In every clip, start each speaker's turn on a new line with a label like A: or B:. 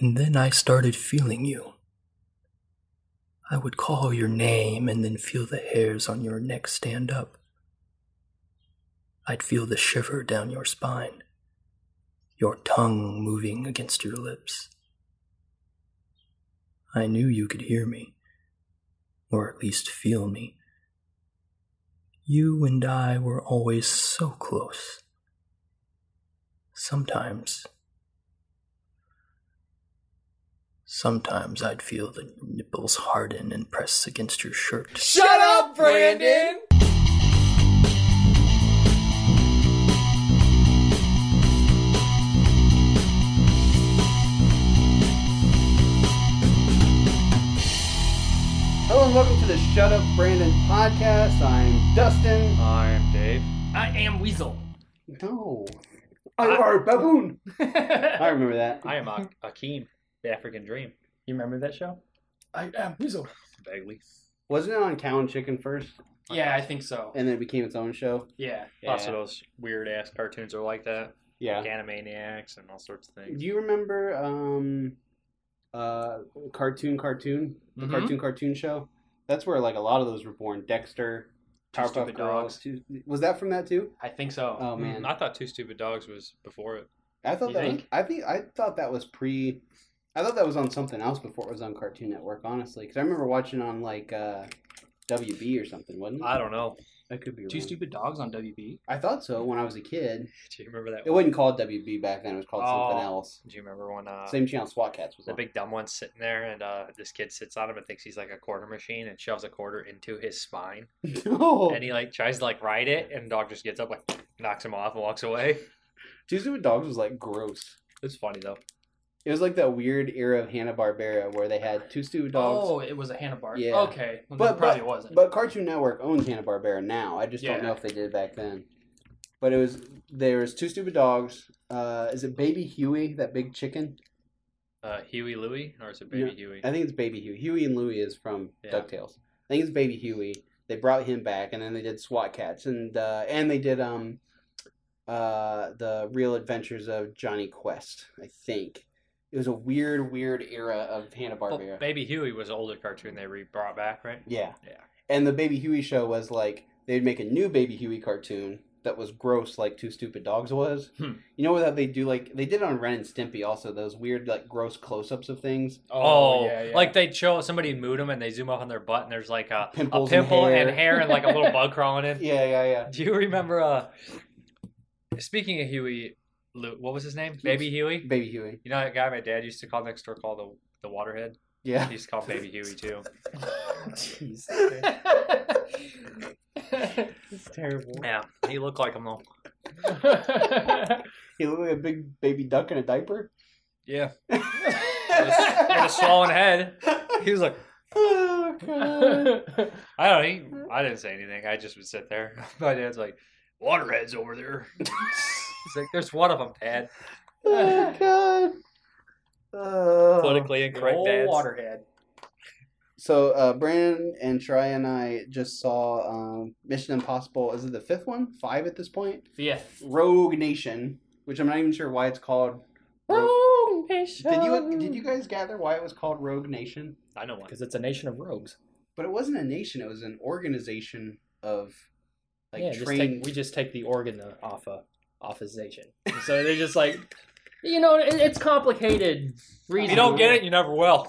A: and then I started feeling you. I would call your name and then feel the hairs on your neck stand up. I'd feel the shiver down your spine, your tongue moving against your lips. I knew you could hear me, or at least feel me. You and I were always so close. Sometimes, sometimes I'd feel the nipples harden and press against your shirt.
B: Shut up, Brandon!
C: Hello and welcome to the Shut Up Brandon podcast. I'm Dustin.
D: I'm Dave.
B: I am Weasel.
C: No. I are a baboon. I
D: I
C: remember that.
D: am Ak- Akeem, the African Dream. You remember that show?
B: I am Weasel.
D: Vaguely.
C: Wasn't it on Cow and Chicken first
B: Yeah, I think so.
C: and then it became its own show?
B: Yeah.
D: Lots of those weird ass cartoons are like that.
C: Yeah.
D: Like Animaniacs and all sorts of things.
C: Do you remember um uh Cartoon Cartoon? The
D: Mm-hmm.
B: Mhm.
C: Cartoon Cartoon show? That's where like a lot of those were born. Dexter,
D: Two
C: Powerpuff
D: Stupid
C: Girls.
D: Dogs. Mm-hmm.
C: Two, was that from that too?
B: I think so.
C: Oh man.
D: I thought Two Stupid Dogs was before it.
C: I thought
B: You
C: that was,
B: think?
C: I think I thought that was pre. I thought that was on something else before it was on Cartoon Network. Honestly, because I remember watching on like uh, WB or something, wasn't it?
D: I don't know.
C: that could be
B: Two
C: wrong.
B: Stupid Dogs on WB.
C: I thought so when I was a kid.
D: Do you remember that?
C: It wasn't called WB back then. It was called something
D: Oh.
C: else.
D: Do you remember when uh,
C: Same channel SWAT Cats was
D: the
C: on.
D: big dumb one's sitting there and uh, this kid sits on him and thinks he's like a quarter machine and shoves a quarter into his spine
C: no,
D: and he like tries to like ride it and the dog just gets up like knocks him off and walks away.
C: Two Stupid Dogs was like gross.
D: It's funny though.
C: It was like that weird era of Hanna Barbera where they had Two Stupid Dogs.
B: Oh, it was a Hanna Barbera.
C: Yeah.
B: Okay. Well,
C: But-
B: that probably wasn't.
C: But Cartoon Network owns Hanna Barbera now. I just
B: Yeah.
C: don't know if they did back then. But it was there was two stupid dogs. Uh, is it Baby Huey, that big chicken?
D: Uh, Huey Louie or is it Baby Huey?
C: I think it's Baby Huey. Huey and Louie is from
D: Yeah.
C: Ducktales. I think it's Baby Huey. They brought him back, and then they did SWAT Cats, and uh, and they did um, uh, the Real Adventures of Johnny Quest. I think it was a weird, weird era of Hanna
D: Well,
C: Barbera.
D: Baby Huey was an older cartoon they re brought back, right?
C: Yeah.
D: Yeah.
C: And the Baby Huey show was like they'd make a new Baby Huey cartoon that was gross, like Two Stupid Dogs was.
D: Hmm.
C: You know what they do? Like they did on Ren and Stimpy also those weird like gross close-ups of things.
D: Oh, like they show somebody mood them and they zoom up on their butt and there's like a, a
C: Pimples and
D: pimple and hair.
C: hair.
D: and like a little bug crawling in.
C: Yeah, yeah, yeah.
D: Do you remember? uh Speaking of Huey, Lu- what was his name? Baby Huey.
C: Baby Huey.
D: You know that guy my dad used to call next door called the the Waterhead.
C: Yeah.
D: He used to call him Baby Huey too.
E: Oh,
C: Jeez.
B: it's terrible.
D: Yeah, he looked like him though.
C: He looked like a big baby duck in a diaper.
D: Yeah, with a swollen head. He was like,
C: oh god.
D: I don't. He, I didn't say anything. I just would sit there. My dad's like, Waterhead's over there. He's like, there's one of them, Dad.
C: Oh god. Oh.
D: Politically incorrect dads.
B: Waterhead.
C: So uh, Brandon and Try and I just saw um, Mission Impossible. Is it the fifth one? Five at this point.
B: Yeah.
C: Rogue Nation, which I'm not even sure why it's called. Rogue. Did
E: Um.
C: you did you guys gather why it was called Rogue Nation?
D: I know one.
E: because it's a nation of rogues.
C: But it wasn't a nation. It was an organization of like
E: yeah, just
C: trained.
E: take, we just take the organ off of offization. So they're just like, you know, it, it's complicated.
D: If
E: Reason.
D: you don't get it, you never will.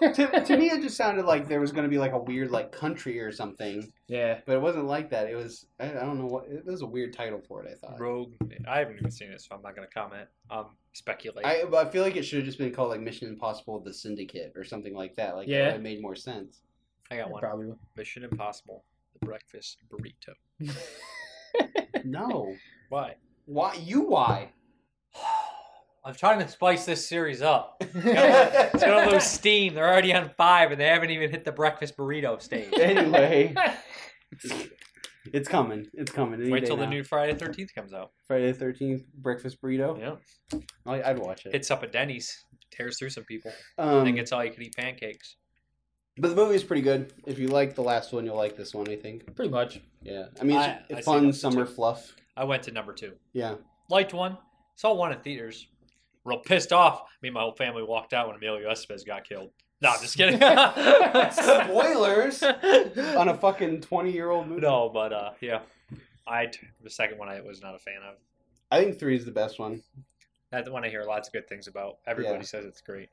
C: to, to me, it just sounded like there was going to be like a weird like country or something,
E: Yeah,
C: but it wasn't like that. It was I, I don't know what it was a weird title for it. I thought.
D: Uh, Rogue. I haven't even seen it, so I'm not gonna comment. Um, speculate.
C: I, but I feel like it should have just been called like Mission Impossible: The Syndicate or something like that. Like
E: Yeah.
C: it made more sense.
D: I got one.
E: probably.
D: Mission Impossible: The Breakfast Burrito.
C: No,
D: Why?
C: why you why?
D: I'm trying to spice this series up. It's gonna lose steam. They're already on five, and they haven't even hit the breakfast burrito stage.
C: anyway, it's coming. It's coming. any
D: Wait
C: day
D: till the
C: now.
D: new Friday Thirteenth comes out.
C: Friday the Thirteenth breakfast burrito.
D: Yeah,
C: I, I'd watch it.
D: hits up at Denny's, tears through some people,
C: um,
D: and then gets all you can eat pancakes.
C: but the movie's pretty good. If you like the last one, you'll like this one. I think.
E: Pretty much.
C: Yeah, I mean,
D: I-
C: it's
D: I see
C: fun
D: that
C: summer
D: too.
C: fluff.
D: I went to number two.
C: Yeah,
D: Liked one. Saw one in theaters. real pissed off. Me and my whole family walked out when Emilio Estevez got killed. No, I'm just kidding. no,
C: Spoilers on a fucking twenty-year-old movie.
D: but uh, yeah, I t- the second one I was not a fan of.
C: I think three is the best one.
D: That's the one I hear lots of good things about. Everybody
C: Yeah.
D: says it's great.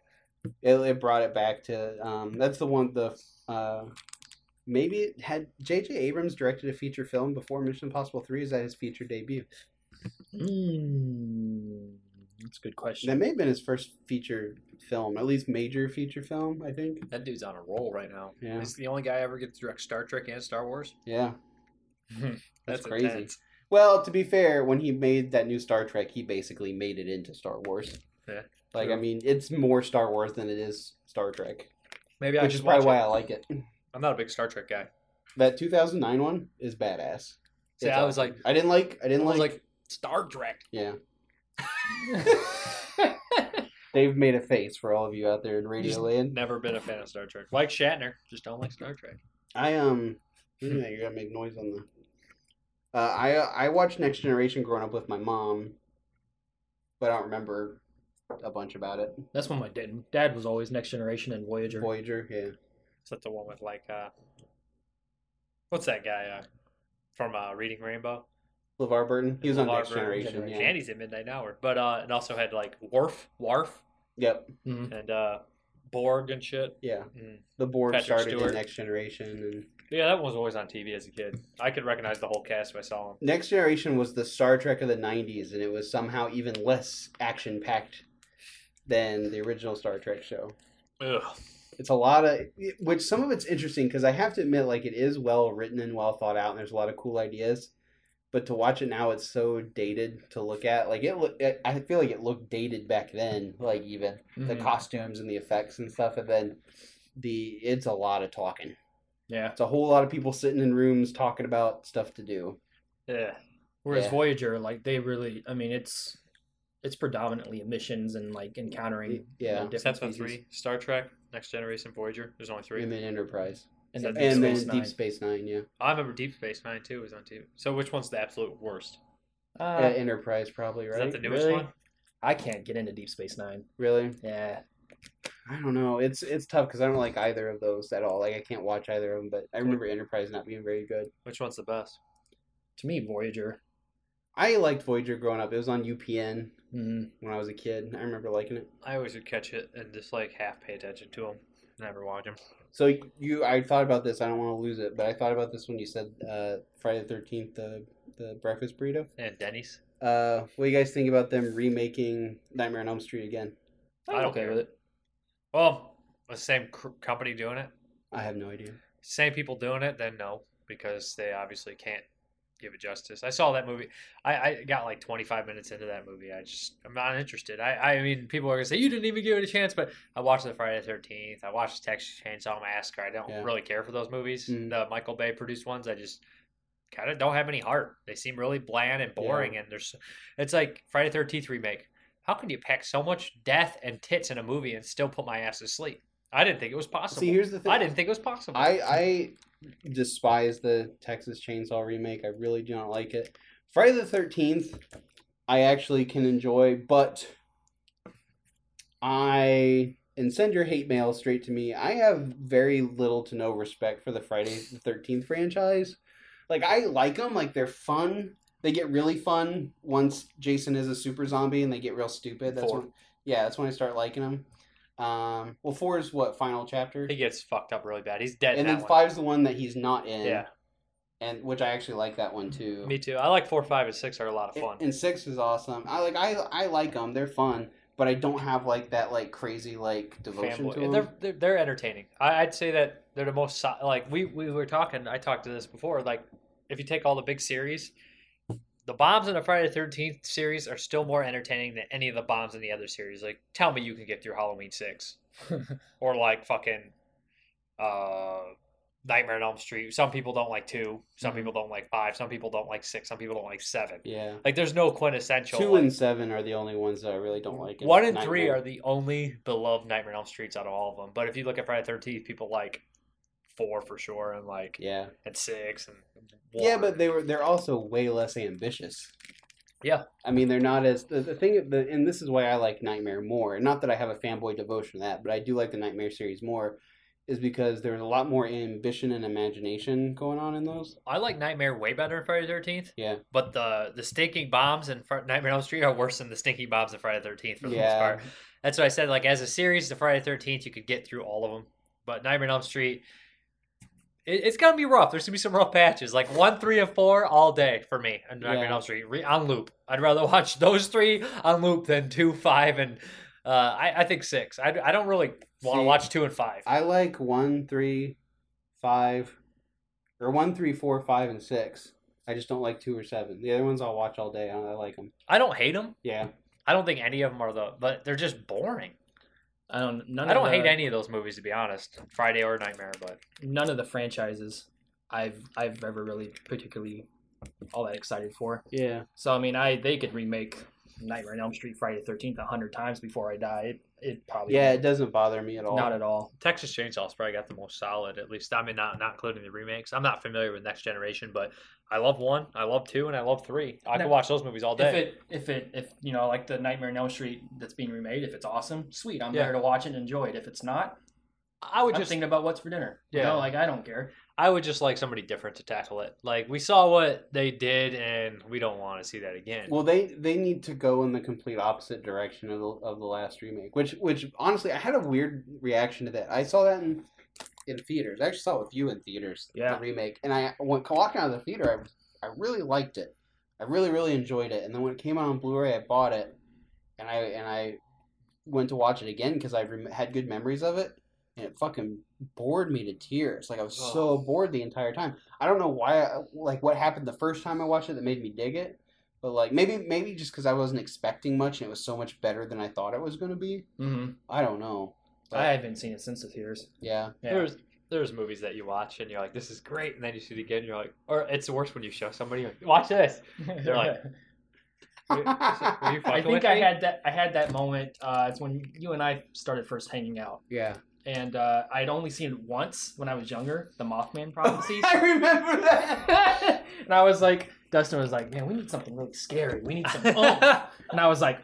C: It, it brought it back to um, that's the one the uh, maybe it had J.J. Abrams directed a feature film before Mission Impossible Three. Is that his feature debut?
E: Mm, that's a good question.
C: That may have been his first feature film, at least major feature film. I think.
D: That dude's on a roll right now.
C: Yeah.
D: He's the only guy I ever gets to direct Star Trek and Star Wars.
C: Yeah.
D: Hmm. That's,
C: That's crazy.
D: intense.
C: Well, to be fair, when he made that new Star Trek, he basically made it into Star Wars.
D: Yeah,
C: Like,
D: true.
C: I mean, it's more Star Wars than it is Star Trek,
D: Maybe I
C: which
D: should
C: is probably why
D: watch
C: I like it.
D: it. I'm not a big Star Trek guy.
C: That 2009 one is badass.
D: See,
C: It's
D: I was
C: awesome.
D: like-
C: I didn't like, I didn't
D: I was
C: like,
D: like Star Trek.
C: yeah. They've made a face for all of you out there in Radio Land.
D: Never been a fan of Star Trek. Like Shatner, just don't like Star Trek.
C: I um, yeah, you gotta make noise on the. Uh, I I watched Next Generation growing up with my mom, but I don't remember a bunch about it.
E: That's when my dad, dad was always Next Generation and Voyager.
C: Voyager, yeah.
D: Is that the one with like uh what's that guy uh from uh Reading Rainbow?
C: LeVar Burton. He was on
D: Laura
C: Next
D: Burton.
C: Generation. Yeah.
D: And he's in Midnight Hour. But uh it also had like Worf, Warf
C: Yep.
D: and uh Borg and shit.
C: Yeah.
D: Mm.
C: The board
D: Patrick
C: started
D: Stewart.
C: in Next Generation, and
D: But yeah, that one was always on TV as a kid. I could recognize the whole cast if I saw him.
C: Next Generation was the Star Trek of the '90s, and it was somehow even less action-packed than the original Star Trek show.
D: Ugh.
C: It's a lot of which some of it's interesting because I have to admit, like it is well written and well thought out, and there's a lot of cool ideas. But to watch it now, it's so dated to look at. Like it, look, I feel like it looked dated back then. Like even the
B: Mm-hmm.
E: Mhm.
C: costumes and the effects and stuff, and then the it's a lot of talking.
E: Yeah.
C: It's a whole lot of people sitting in rooms talking about stuff to do.
D: Yeah.
E: Whereas
C: Yeah.
E: Voyager, like they really, I mean, it's it's predominantly missions and like encountering
B: Mm-hmm.
E: you
C: Yeah.
E: know, different
D: That's on
E: species.
D: three. Star Trek, Next Generation, Voyager. There's only three.
C: And then Enterprise.
E: and
D: Is
E: then,
D: that
E: Deep Space
C: and then
E: Nine.
C: Deep Space Nine, yeah.
D: I remember Deep Space Nine too was on TV. So which one's the absolute worst?
E: Uh,
C: yeah. Enterprise, probably,
D: Is
C: right?
D: that the newest
E: really?
D: one?
E: I can't get into Deep Space Nine.
C: really?
E: Yeah,
C: I don't know. It's it's tough because I don't like either of those at all. Like, I can't watch either of them, but I remember Enterprise not being very good.
D: Which one's the best?
E: to me, Voyager.
C: I liked Voyager growing up. It was on UPN
E: Mm,
C: when I was a kid. I remember liking it.
D: I always would catch it and just like half pay attention to them. Never watch them.
C: So, you, I thought about this. I don't want to lose it, but I thought about this when you said uh, Friday the 13th, the, the breakfast burrito.
D: And Denny's.
C: Uh, what do you guys think about them remaking Nightmare on Elm Street again?
E: I'm
D: I don't
E: okay
D: care.
E: with it.
D: Well, the same cr- company doing it,
C: I have no idea.
D: same people doing it, then no, because they obviously can't give it justice. I saw that movie. I, I got like 25 minutes into that movie. I just, I'm not interested. I, I mean, people are going to say, you didn't even give it a chance, but I watched the Friday the 13th. I watched Texas Chainsaw Massacre. I don't
C: Yeah.
D: really care for those movies.
C: Mhm.
D: The Michael Bay produced ones, I just kind of don't have any heart. They seem really bland and boring. And there's, it's like Friday the 13th remake. How can you pack so much death and tits in a movie and still put my ass to sleep? I didn't think it was possible.
C: See, here's the thing.
D: I didn't think it was possible.
C: I I despise the Texas Chainsaw remake. I really do not like it. Friday the Thirteenth, I actually can enjoy, but I and send your hate mail straight to me. I have very little to no respect for the Friday the Thirteenth franchise. Like I like them, like they're fun. They get really fun once Jason is a super zombie, and they get real stupid. That's
D: Four.
C: when, yeah, that's when I start liking them. Um, well, four is what final chapter
D: He gets fucked up really bad. He's dead.
C: and
D: in
C: then
D: that one.
C: five's the one that he's not in.
D: Yeah. Mm-hmm.
C: And which I actually like that one too.
D: Me too. I like four, five, and six are a lot of fun.
C: And, and six is awesome. I like I I like them. They're fun, but I don't have like that like crazy like devotion
D: Fanboy.
C: to
D: And
C: them.
D: they're, they're they're entertaining. I, I'd say that they're the most so- like we we were talking. I talked to this before. Like if you take all the big series, the bombs in the Friday the Thirteenth series are still more entertaining than any of the bombs in the other series. Like tell me you can get through Halloween six, or like fucking. uh Nightmare on Elm Street. Some people don't like two. Some
C: Mhm.
D: people don't like five. Some people don't like six. Some people don't like seven.
C: Yeah.
D: Like, there's no quintessential.
C: Two
D: like- Mm-hmm.
C: and seven are the only ones that I really don't like.
D: One and three
C: Nightmare.
D: are the only beloved Nightmare on Elm Streets out of all of them. But if you look at Friday the Thirteenth, people like four for sure, and like
C: Yeah.
D: and six and
C: Yeah,
D: one.
C: but they were they're also way less ambitious.
D: Yeah.
C: I mean, they're not as the, the thing, the, and this is why I like Nightmare more. Not that I have a fanboy devotion to that, but I do like the Nightmare series more, is because there's a lot more ambition and imagination going on in those.
D: I like Nightmare way better than Friday the Thirteenth.
C: Yeah.
D: but the the stinking bombs in Fr- Nightmare on Elm Street are worse than the stinking bombs in Friday the Thirteenth for the most part. That's what I said. Like as a series, the Friday the Thirteenth, you could get through all of them, but Nightmare on Elm Street, it, it's gonna be rough. There's gonna be some rough patches, like one, three, and four all day for me. And Nightmare on
C: Yeah.
D: Elm Street re- on loop. I'd rather watch those three on loop than two, five, and uh, I, I think six. I, I don't really want to
C: See,
D: watch two and five.
C: I like one, three, five, or one, three, four, five, and six. I just don't like two or seven. The other ones I'll watch all day. I, I like them.
D: I don't hate them.
C: Yeah,
D: I don't think any of them are the, but they're just boring.
B: I don't. None
D: I don't
B: of
D: hate
C: Uh-huh.
B: the-
D: any of those movies to be honest. Friday or Nightmare, but
B: None of the franchises I've I've ever really particularly all that excited for.
C: yeah.
B: So I meon I they could remake Nightmare on Elm Street, Friday the Thirteenth a hundred times before I die. It it probably
C: Yeah, it
B: won't.
C: doesn't bother me at all.
B: not at all.
D: Texas Chainsaw's probably got the most solid. At least I mean, not not including the remakes. I'm not familiar with Next Generation, but I love one, I love two, and I love three. I
B: No.
D: could watch those movies all
B: If
D: day.
B: it if it if you know like the Nightmare on Elm Street that's being remade, if it's awesome, sweet, I'm
D: Yeah.
B: there to watch it and enjoy it. If it's not,
D: I would
B: I'm
D: just
B: thinking about what's for dinner. Yeah, you
D: Yeah.
B: know, like I don't care.
D: I would just like somebody different to tackle it. Like we saw what they did, and we don't want to see that again.
C: Well, they they need to go in the complete opposite direction of the of the last remake, which which honestly I had a weird reaction to that. I saw that in in theaters. I actually saw it with you in theaters.
B: Yeah.
C: the remake, and I when walking out of the theater, I I really liked it. I really really enjoyed it, and then when it came out on Blu-ray, I bought it, and I and I went to watch it again because I rem- had good memories of it, and it fucking bored me to tears. Like I was so bored the entire time. I don't know why, I- like what happened the first time I watched it that made me dig it, but like maybe maybe just because I wasn't expecting much and it was so much better than I thought it was gonna be.
B: Mm-hmm.
C: I don't know. But,
B: I haven't seen it since the theaters.
C: yeah,
B: Yeah.
D: There's there's movies that you watch and you're like, this is great, and then you see it again, and you're like, or it's worse when you show somebody, you're like, watch this. They're like, Were you
B: I
D: fucking
B: think
D: with
B: I
D: me?
B: had that. I had that moment. Uh, it's when you and I started first hanging out,
C: yeah.
B: and uh, I'd only seen it once when I was younger, the Mothman prophecy,
C: I remember that.
B: and I was like, Dustin was like, "Man, we need something really scary. We need some." oomph." and I was like,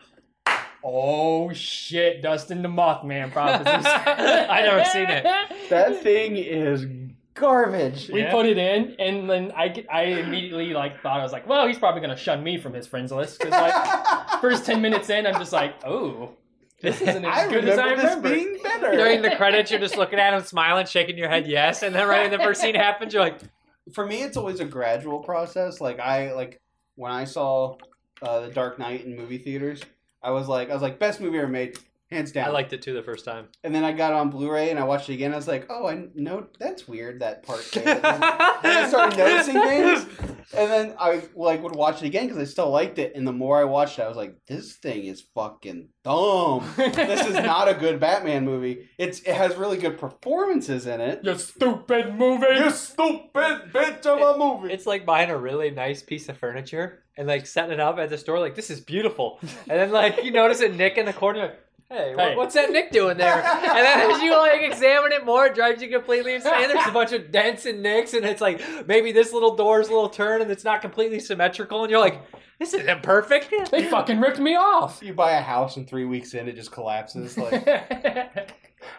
B: "Oh shit, Dustin, the Mothman prophecy."
D: I never seen it.
C: that thing is garbage.
B: We
D: Yeah.
B: put it in, and then I, get- I immediately like thought I was like, "Well, he's probably gonna shun me from his friends list." 'cause, like, first 10 minutes in, I'm just like, oh, this isn't as
C: I
B: good
C: remember
B: as I
C: this
B: remember.
C: being better.
D: During the credits, you're just looking at him, smiling, shaking your head yes, and then right when the first scene happens, you're like,
C: for me it's always a gradual process like i like when i saw uh, the dark knight in movie theaters i was like i was like best movie ever made hands down
D: I liked it too the first time.
C: and then i got it on blu-ray and i watched it again i was like oh i know that's weird that part there. and then-
D: I
C: started noticing things. and then i like would watch it again because i still liked it and the more i watched it i was like this thing is fucking dumb this is not a good batman movie it's it has really good performances in it
B: You stupid movie!
C: stupid bitch of a movie
D: It's like buying a really nice piece of furniture and like setting it up at the store, like this is beautiful. And then like you notice a nick in the corner, you're like, hey, wha-
B: Hey.
D: what's that nick doing there? And then as you like examine it more, it drives you completely insane. There's a bunch of dents and nicks, and it's like maybe this little door's a little turn, and it's not completely symmetrical, and you're like, this isn't perfect.
B: They fucking ripped me off!
C: you buy a house and three weeks in it just collapses like
B: yeah,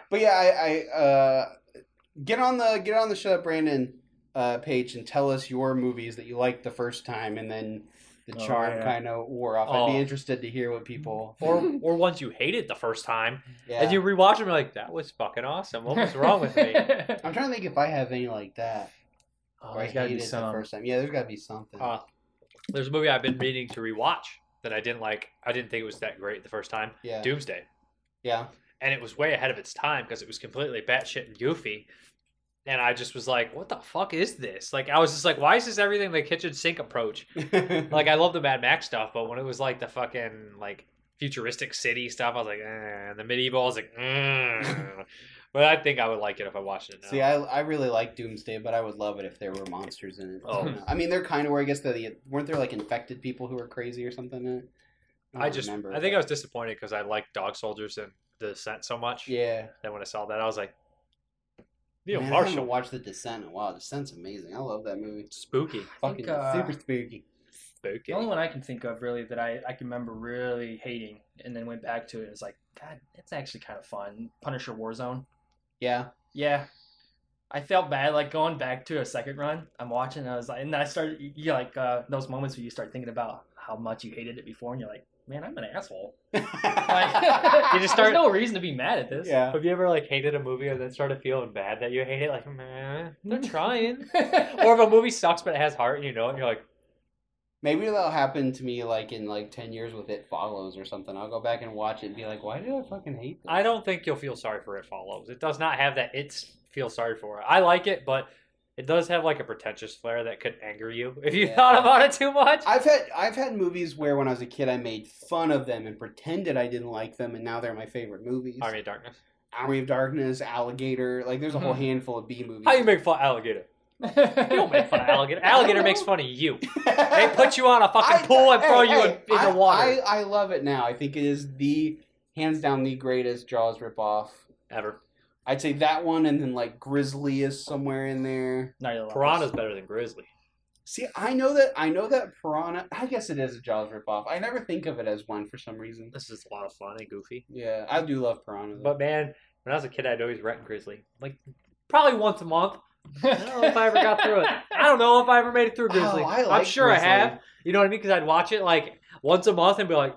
C: but yeah i, I uh, get on the get on the shut up brandon uh, page and tell us your movies that you liked the first time and then the
B: Oh,
C: charm
B: yeah.
C: kind of wore off i'd
D: Oh.
C: be interested to hear what people
D: Or or ones you hated the first time,
C: yeah
D: and you rewatch them, you're like, that was fucking awesome. What was wrong with me?
C: i'm trying to think if i have any like that
B: Oh,
C: where I
B: there's gotta be
C: hated the
B: some.
C: first time yeah there's gotta be something
D: Uh, there's a movie I've been meaning to rewatch that I didn't like. I didn't think it was that great the first time.
C: yeah
D: Doomsday,
C: yeah
D: and it was way ahead of its time because it was completely batshit and goofy. And I just was like, "What the fuck is this?" Like, I was just like, "Why is this everything the kitchen sink approach?" Like, I love the Mad Max stuff, but when it was like the fucking like futuristic city stuff, I was like, eh. and the medieval, I was like, mm. but I think I would like it if I watched it now.
C: See, I, I really like Doomsday, but I would love it if there were monsters in it.
D: Oh.
C: I mean, they're kind of where I guess the weren't there like infected people who were crazy or something. In it?
D: I just, I think I was disappointed because I liked Dog Soldiers and the Descent so much.
C: yeah.
D: Then when I saw that, I was like, Neil
C: Man, I haven't
D: Marshall,
C: watched The Descent in a while. Descent's amazing. I love that movie.
D: spooky.
C: Fucking
B: uh,
C: super spooky.
D: Spooky.
B: The only
D: Oh,
B: one I can think of really that I, I can remember really hating and then went back to it and was like, God, that's actually kind of fun. Punisher Warzone.
C: Yeah.
B: Yeah. I felt bad like going back to a second run. I'm watching and I was like and I started you- you like uh, those moments where you start thinking about how much you hated it before and you're like, Man, I'm an asshole. Like,
D: You just start-
B: there's no reason to be mad at this.
C: yeah.
D: Have you ever like hated a movie and then started feeling bad that you hate it? Like, meh, they're trying.
B: Yeah.
D: or if a movie sucks but it has heart and you know it, and you're like,
C: Maybe that'll happen to me like in like ten years with It Follows or something. I'll go back and watch it and be like, why did I fucking hate this?
D: I don't think you'll feel sorry for it follows. It does not have that it's feel sorry for it. I like it, but it does have like a pretentious flair that could anger you if you
C: Yeah.
D: thought about it too much.
C: I've had I've had movies where when I was a kid I made fun of them and pretended I didn't like them and now they're my favorite movies.
D: Army of Darkness.
C: Army of Darkness, Alligator, like there's a whole handful of B movies.
D: Hmm. How you make fun of alligator? You don't make fun of alligator. Alligator makes fun of you. They put you on a fucking
C: I-
D: pool and
C: hey,
D: throw you
C: hey,
D: in, in
C: I-
D: the water.
C: I, I love it now. I think it is the hands down the greatest Jaws ripoff.
D: Ever.
C: I'd say that one and then like Grizzly is somewhere in there.
B: Night of the
D: Piranha's
B: Lepers.
D: better than grizzly.
C: See, I know that I know that Piranha I guess it is a Jaws ripoff. I never think of it as one for some reason.
D: This is a lot of fun and goofy.
C: Yeah, I do love Piranha. though.
D: But man, when I was a kid, I'd always rent Grizzly. Like probably once a month. I don't know if I ever got through it. I don't know if I ever made it through
C: Oh,
D: Grizzly.
C: I
D: I'm
C: like
D: sure
C: Grizzly.
D: I have. You know what I mean? Because I'd watch it like once a month and be like,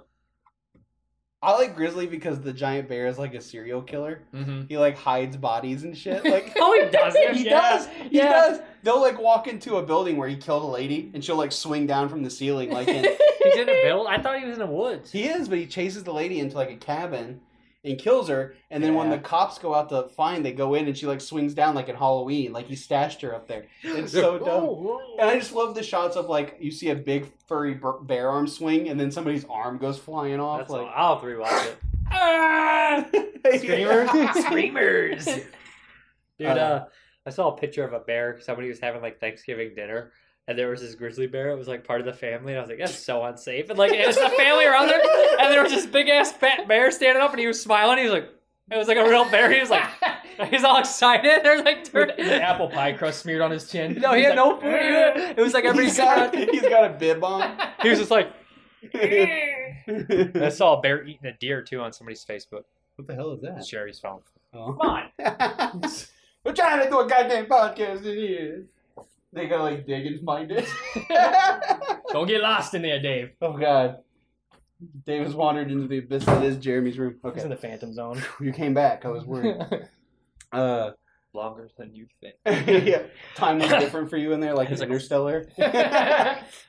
C: I like Grizzly because the giant bear is like a serial killer.
B: Mhm.
C: He like hides bodies and shit. Like
D: "Oh, he doesn't."
C: he
B: Yeah.
C: does. He
B: Yeah.
C: does. They'll like walk into a building where he killed a lady, and she'll like swing down from the ceiling. Like in,
D: He's in a build. I thought he was in the woods.
C: he is, but he chases the lady into like a cabin and kills her. And then when
B: Yeah.
C: the cops go out to find, they go in and she like swings down like in Halloween. Like he stashed her up there. It's so dumb. And I just love the shots of like you see a big furry b- bear arm swing, and then somebody's arm goes flying off.
D: That's all.
C: like
D: I'll have to rewatch it. Screamers. Dude,
C: Uh,
D: uh, I saw a picture of a bear. Somebody was having like Thanksgiving dinner, and there was this grizzly bear. It was like part of the family, and I was like, "That's so unsafe." And like, it was a family around there, and there was this big ass fat bear standing up, and he was smiling. He was like, "It was like a real bear." He was like, he's all excited. There's like,
E: With
D: turd-
E: an apple pie crust smeared on his chin.
D: no, he
E: He's
D: had no
E: like,
D: food. either. It was like every
C: he's got,
D: cigarette.
C: he's got a bib on.
D: He was just like, I
C: what
D: saw a bear eating a deer too on somebody's Facebook.
C: the hell is that?
D: Sherry's phone.
C: Oh.
D: Come on.
C: We're trying to do a goddamn podcast in here. They gotta like dig and find it.
E: Don't get lost in there, Dave.
C: oh god. Davis wandered into the abyss that is Jeremy's room.
E: He's in
C: Okay.
E: the phantom zone.
C: You came back. I was worried. Uh,
B: Longer than you think.
C: yeah. Time was different for you in there, like it's
D: It's like-
C: interstellar.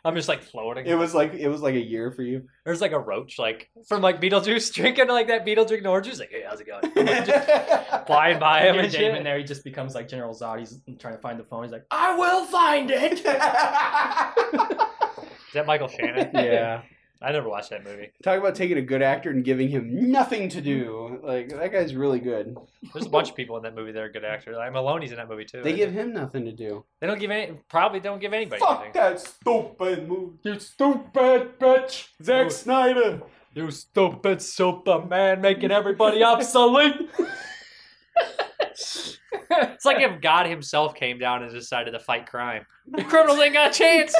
D: I'm just like floating.
C: it was like it was like a year for you.
D: There's like a roach, like from like Beetlejuice drinking like that Beetlejuice drinking orange juice. Like, hey, how's it going? Just flying by him
B: You're
D: and
B: Dave in
D: shit.
B: there, he just becomes like General Zod. He's trying to find the phone. He's like,
E: I will find it.
D: Is that Michael Shannon?
C: yeah.
D: I never watched that movie.
C: Talk about taking a good actor and giving him nothing to do. Like that guy's really good.
D: There's a bunch of people in that movie that are good actors. Like Maloney's in that movie too.
C: They
D: isn't
C: give
D: he?
C: him nothing to do.
D: They don't give any. Probably don't give anybody. anything.
C: that stupid movie.
E: you stupid bitch.
C: Oh.
D: Zack
C: Snyder.
D: You stupid Superman, making everybody obsolete. it's like if God Himself came down and decided to fight crime. Criminals ain't got a chance.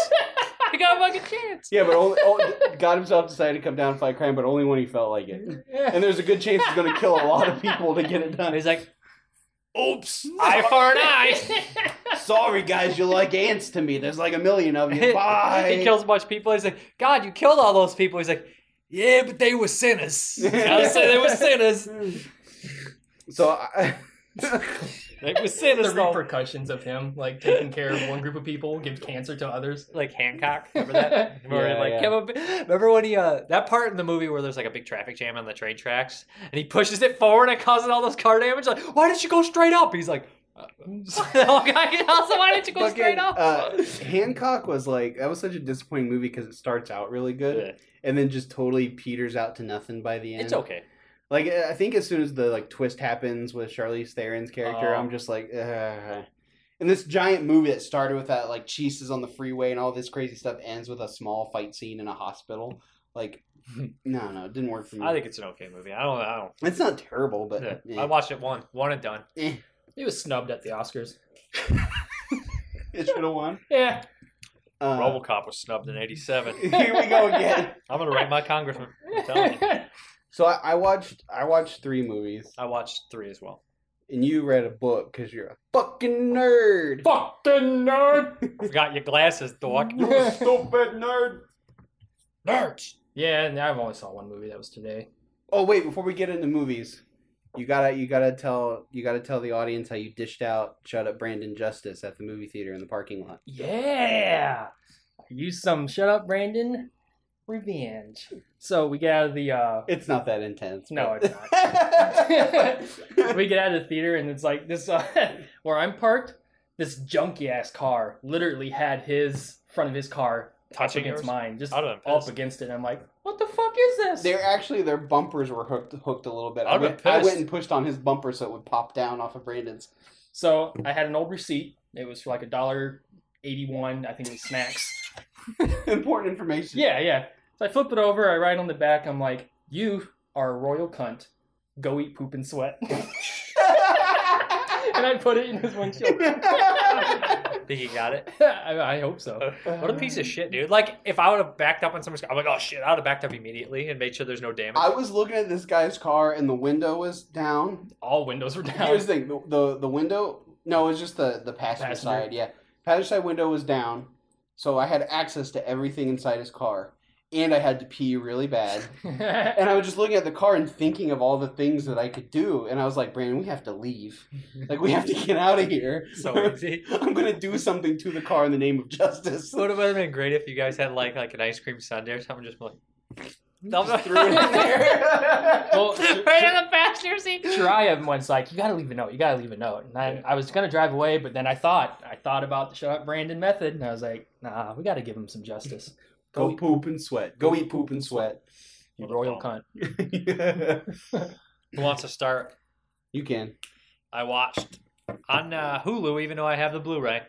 D: They got a fucking chance.
C: Yeah, but only, oh, God himself decided to come down and fight crime, but only when he felt like it. And there's a good chance he's going to kill a lot of people to get it
D: And
C: done.
D: he's like, "Oops, eye for an eye."
C: Sorry, guys, you're like ants to me. There's like a million of you. Bye.
D: he kills a bunch of people. He's like, God, you killed all those people. He's like, Yeah, but they were sinners. I say they were sinners.
C: So, I,
D: They were
E: The
D: sinners. though.
E: repercussions of him, like taking care of one group of people, give cancer to others.
D: Like Hancock, remember that? Remember,
C: Yeah,
D: like,
C: yeah.
D: "Give a bi-" remember when he uh that part in the movie where there's like a big traffic jam on the train tracks and he pushes it forward and causes all those car damage? Like, why didn't you go straight up? He's like, uh, okay, also, why didn't you go
C: fucking,
D: straight up?
C: uh, Hancock was like, that was such a disappointing movie because it starts out really good
D: Yeah,
C: and then just totally peters out to nothing by the end.
D: it's okay.
C: Like I think as soon as the like twist happens with Charlize Theron's character,
D: Oh.
C: I'm just like, Ugh. and this giant movie that started with that like Cheese is on the freeway and all this crazy stuff ends with a small fight scene in a hospital. Like, no, no, it didn't work for me.
D: I think it's an okay movie. I don't. I
C: it's not terrible, but
D: don't.
C: eh.
D: I watched it one, one and done.
E: He was snubbed at the Oscars.
C: it should have won.
E: Yeah.
C: Uh,
D: RoboCop was snubbed in '87.
C: here we go again.
D: I'm gonna write my congressman. I'm telling you.
C: So I, I watched I watched three movies,
D: I watched three as well.
C: and you read a book because you're a fucking nerd.
E: Fucking nerd.
D: Forgot your glasses, dork.
C: stupid nerd.
D: Nerds.
B: Yeah, and I've only saw one movie that was today.
C: Oh wait, before we get into movies, you gotta you gotta tell you gotta tell the audience how you dished out shut up Brandon Justice at the movie theater in the parking lot.
B: Yeah. Use some shut up, Brandon. Revenge. So we get out of the uh
C: It's not that intense.
B: No,
C: but-
B: it's we get out of the theater and it's like this uh, where I'm parked, this junky ass car literally had his front of his car
D: Touching
B: against
D: yours?
B: mine, just
D: I'd have been
B: up
D: pissed.
B: against it. And I'm like, what the fuck is this?
C: They're actually their bumpers were hooked hooked a little bit. I
D: I'd be
C: went, I went
D: pissed.
C: and pushed on his bumper so it would pop down off of Brandon's.
B: So I had an old receipt. It was for like a dollar eighty-one. I think it was snacks.
C: Important information.
B: yeah, yeah. So I flip it over. I write on the back. I'm like, "You are a royal cunt. Go eat poop and sweat." and I put it in his windshield.
D: Think he got it?
B: I, I hope so.
D: What a piece of shit, dude! Like if I would have backed up on someone's, I'm like, oh shit! I would have backed up immediately and made sure there's no damage.
C: I was looking at this guy's car and the window was down.
B: All windows were down.
C: Here's the thing: the the, the window. No, it was just the the passenger,
B: Passenger.
C: side. Yeah, passenger side window was down, so I had access to everything inside his car, and I had to pee really bad. and I was just looking at the car and thinking of all the things that I could do, and I was like, Brandon, we have to leave. Like we have to get out of here.
D: so easy.
C: I'm gonna do something to the car in the name of justice.
D: Would have been great if you guys had like like an ice cream sundae or something. Just like
C: Just threw it in there.
B: well,
D: right in the passenger seat.
B: Shariah was like, "You gotta leave a note. You gotta leave a note." And I,
D: Yeah.
B: I was gonna drive away, but then I thought, I thought about the shut up Brandon method, and I was like, "Nah, we gotta give him some justice."
C: Go poop and sweat. Go eat poop and sweat.
B: You royal cunt.
D: Who wants to start?
C: you can.
D: I watched on uh, Hulu, even though I have the Blu-ray,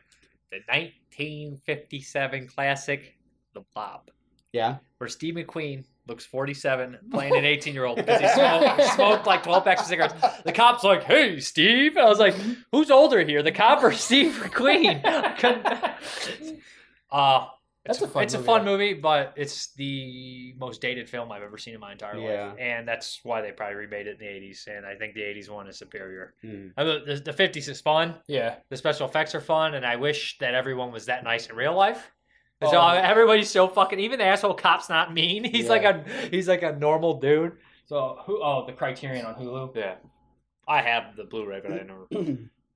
D: the 1957 classic, The Blob,
C: Yeah.
D: where Steve McQueen looks 47 playing an 18-year-old because he smoked, smoked like 12 packs of cigarettes. The cop's like, "Hey, Steve," I was like, "Who's older here, the cop or Steve McQueen?" Couldn't- uh,
B: That's
D: it's,
B: a fun
D: It's
B: movie,
D: a fun
B: though.
D: movie, but it's the most dated film I've ever seen in my entire
C: Yeah.
D: life, and that's why they probably remade it in the 80s. And I think the 80s one is superior.
C: Hmm.
D: I mean, the, the 50s is fun.
B: Yeah.
D: The special effects are fun, and I wish that everyone was that nice in real life. So
B: Oh.
D: everybody's so fucking. Even the asshole cop's not mean. He's
C: Yeah.
D: like a he's like a normal dude.
B: So who? Oh, the Criterion on Hulu.
D: Yeah, I have the Blu-ray, but I never.
C: I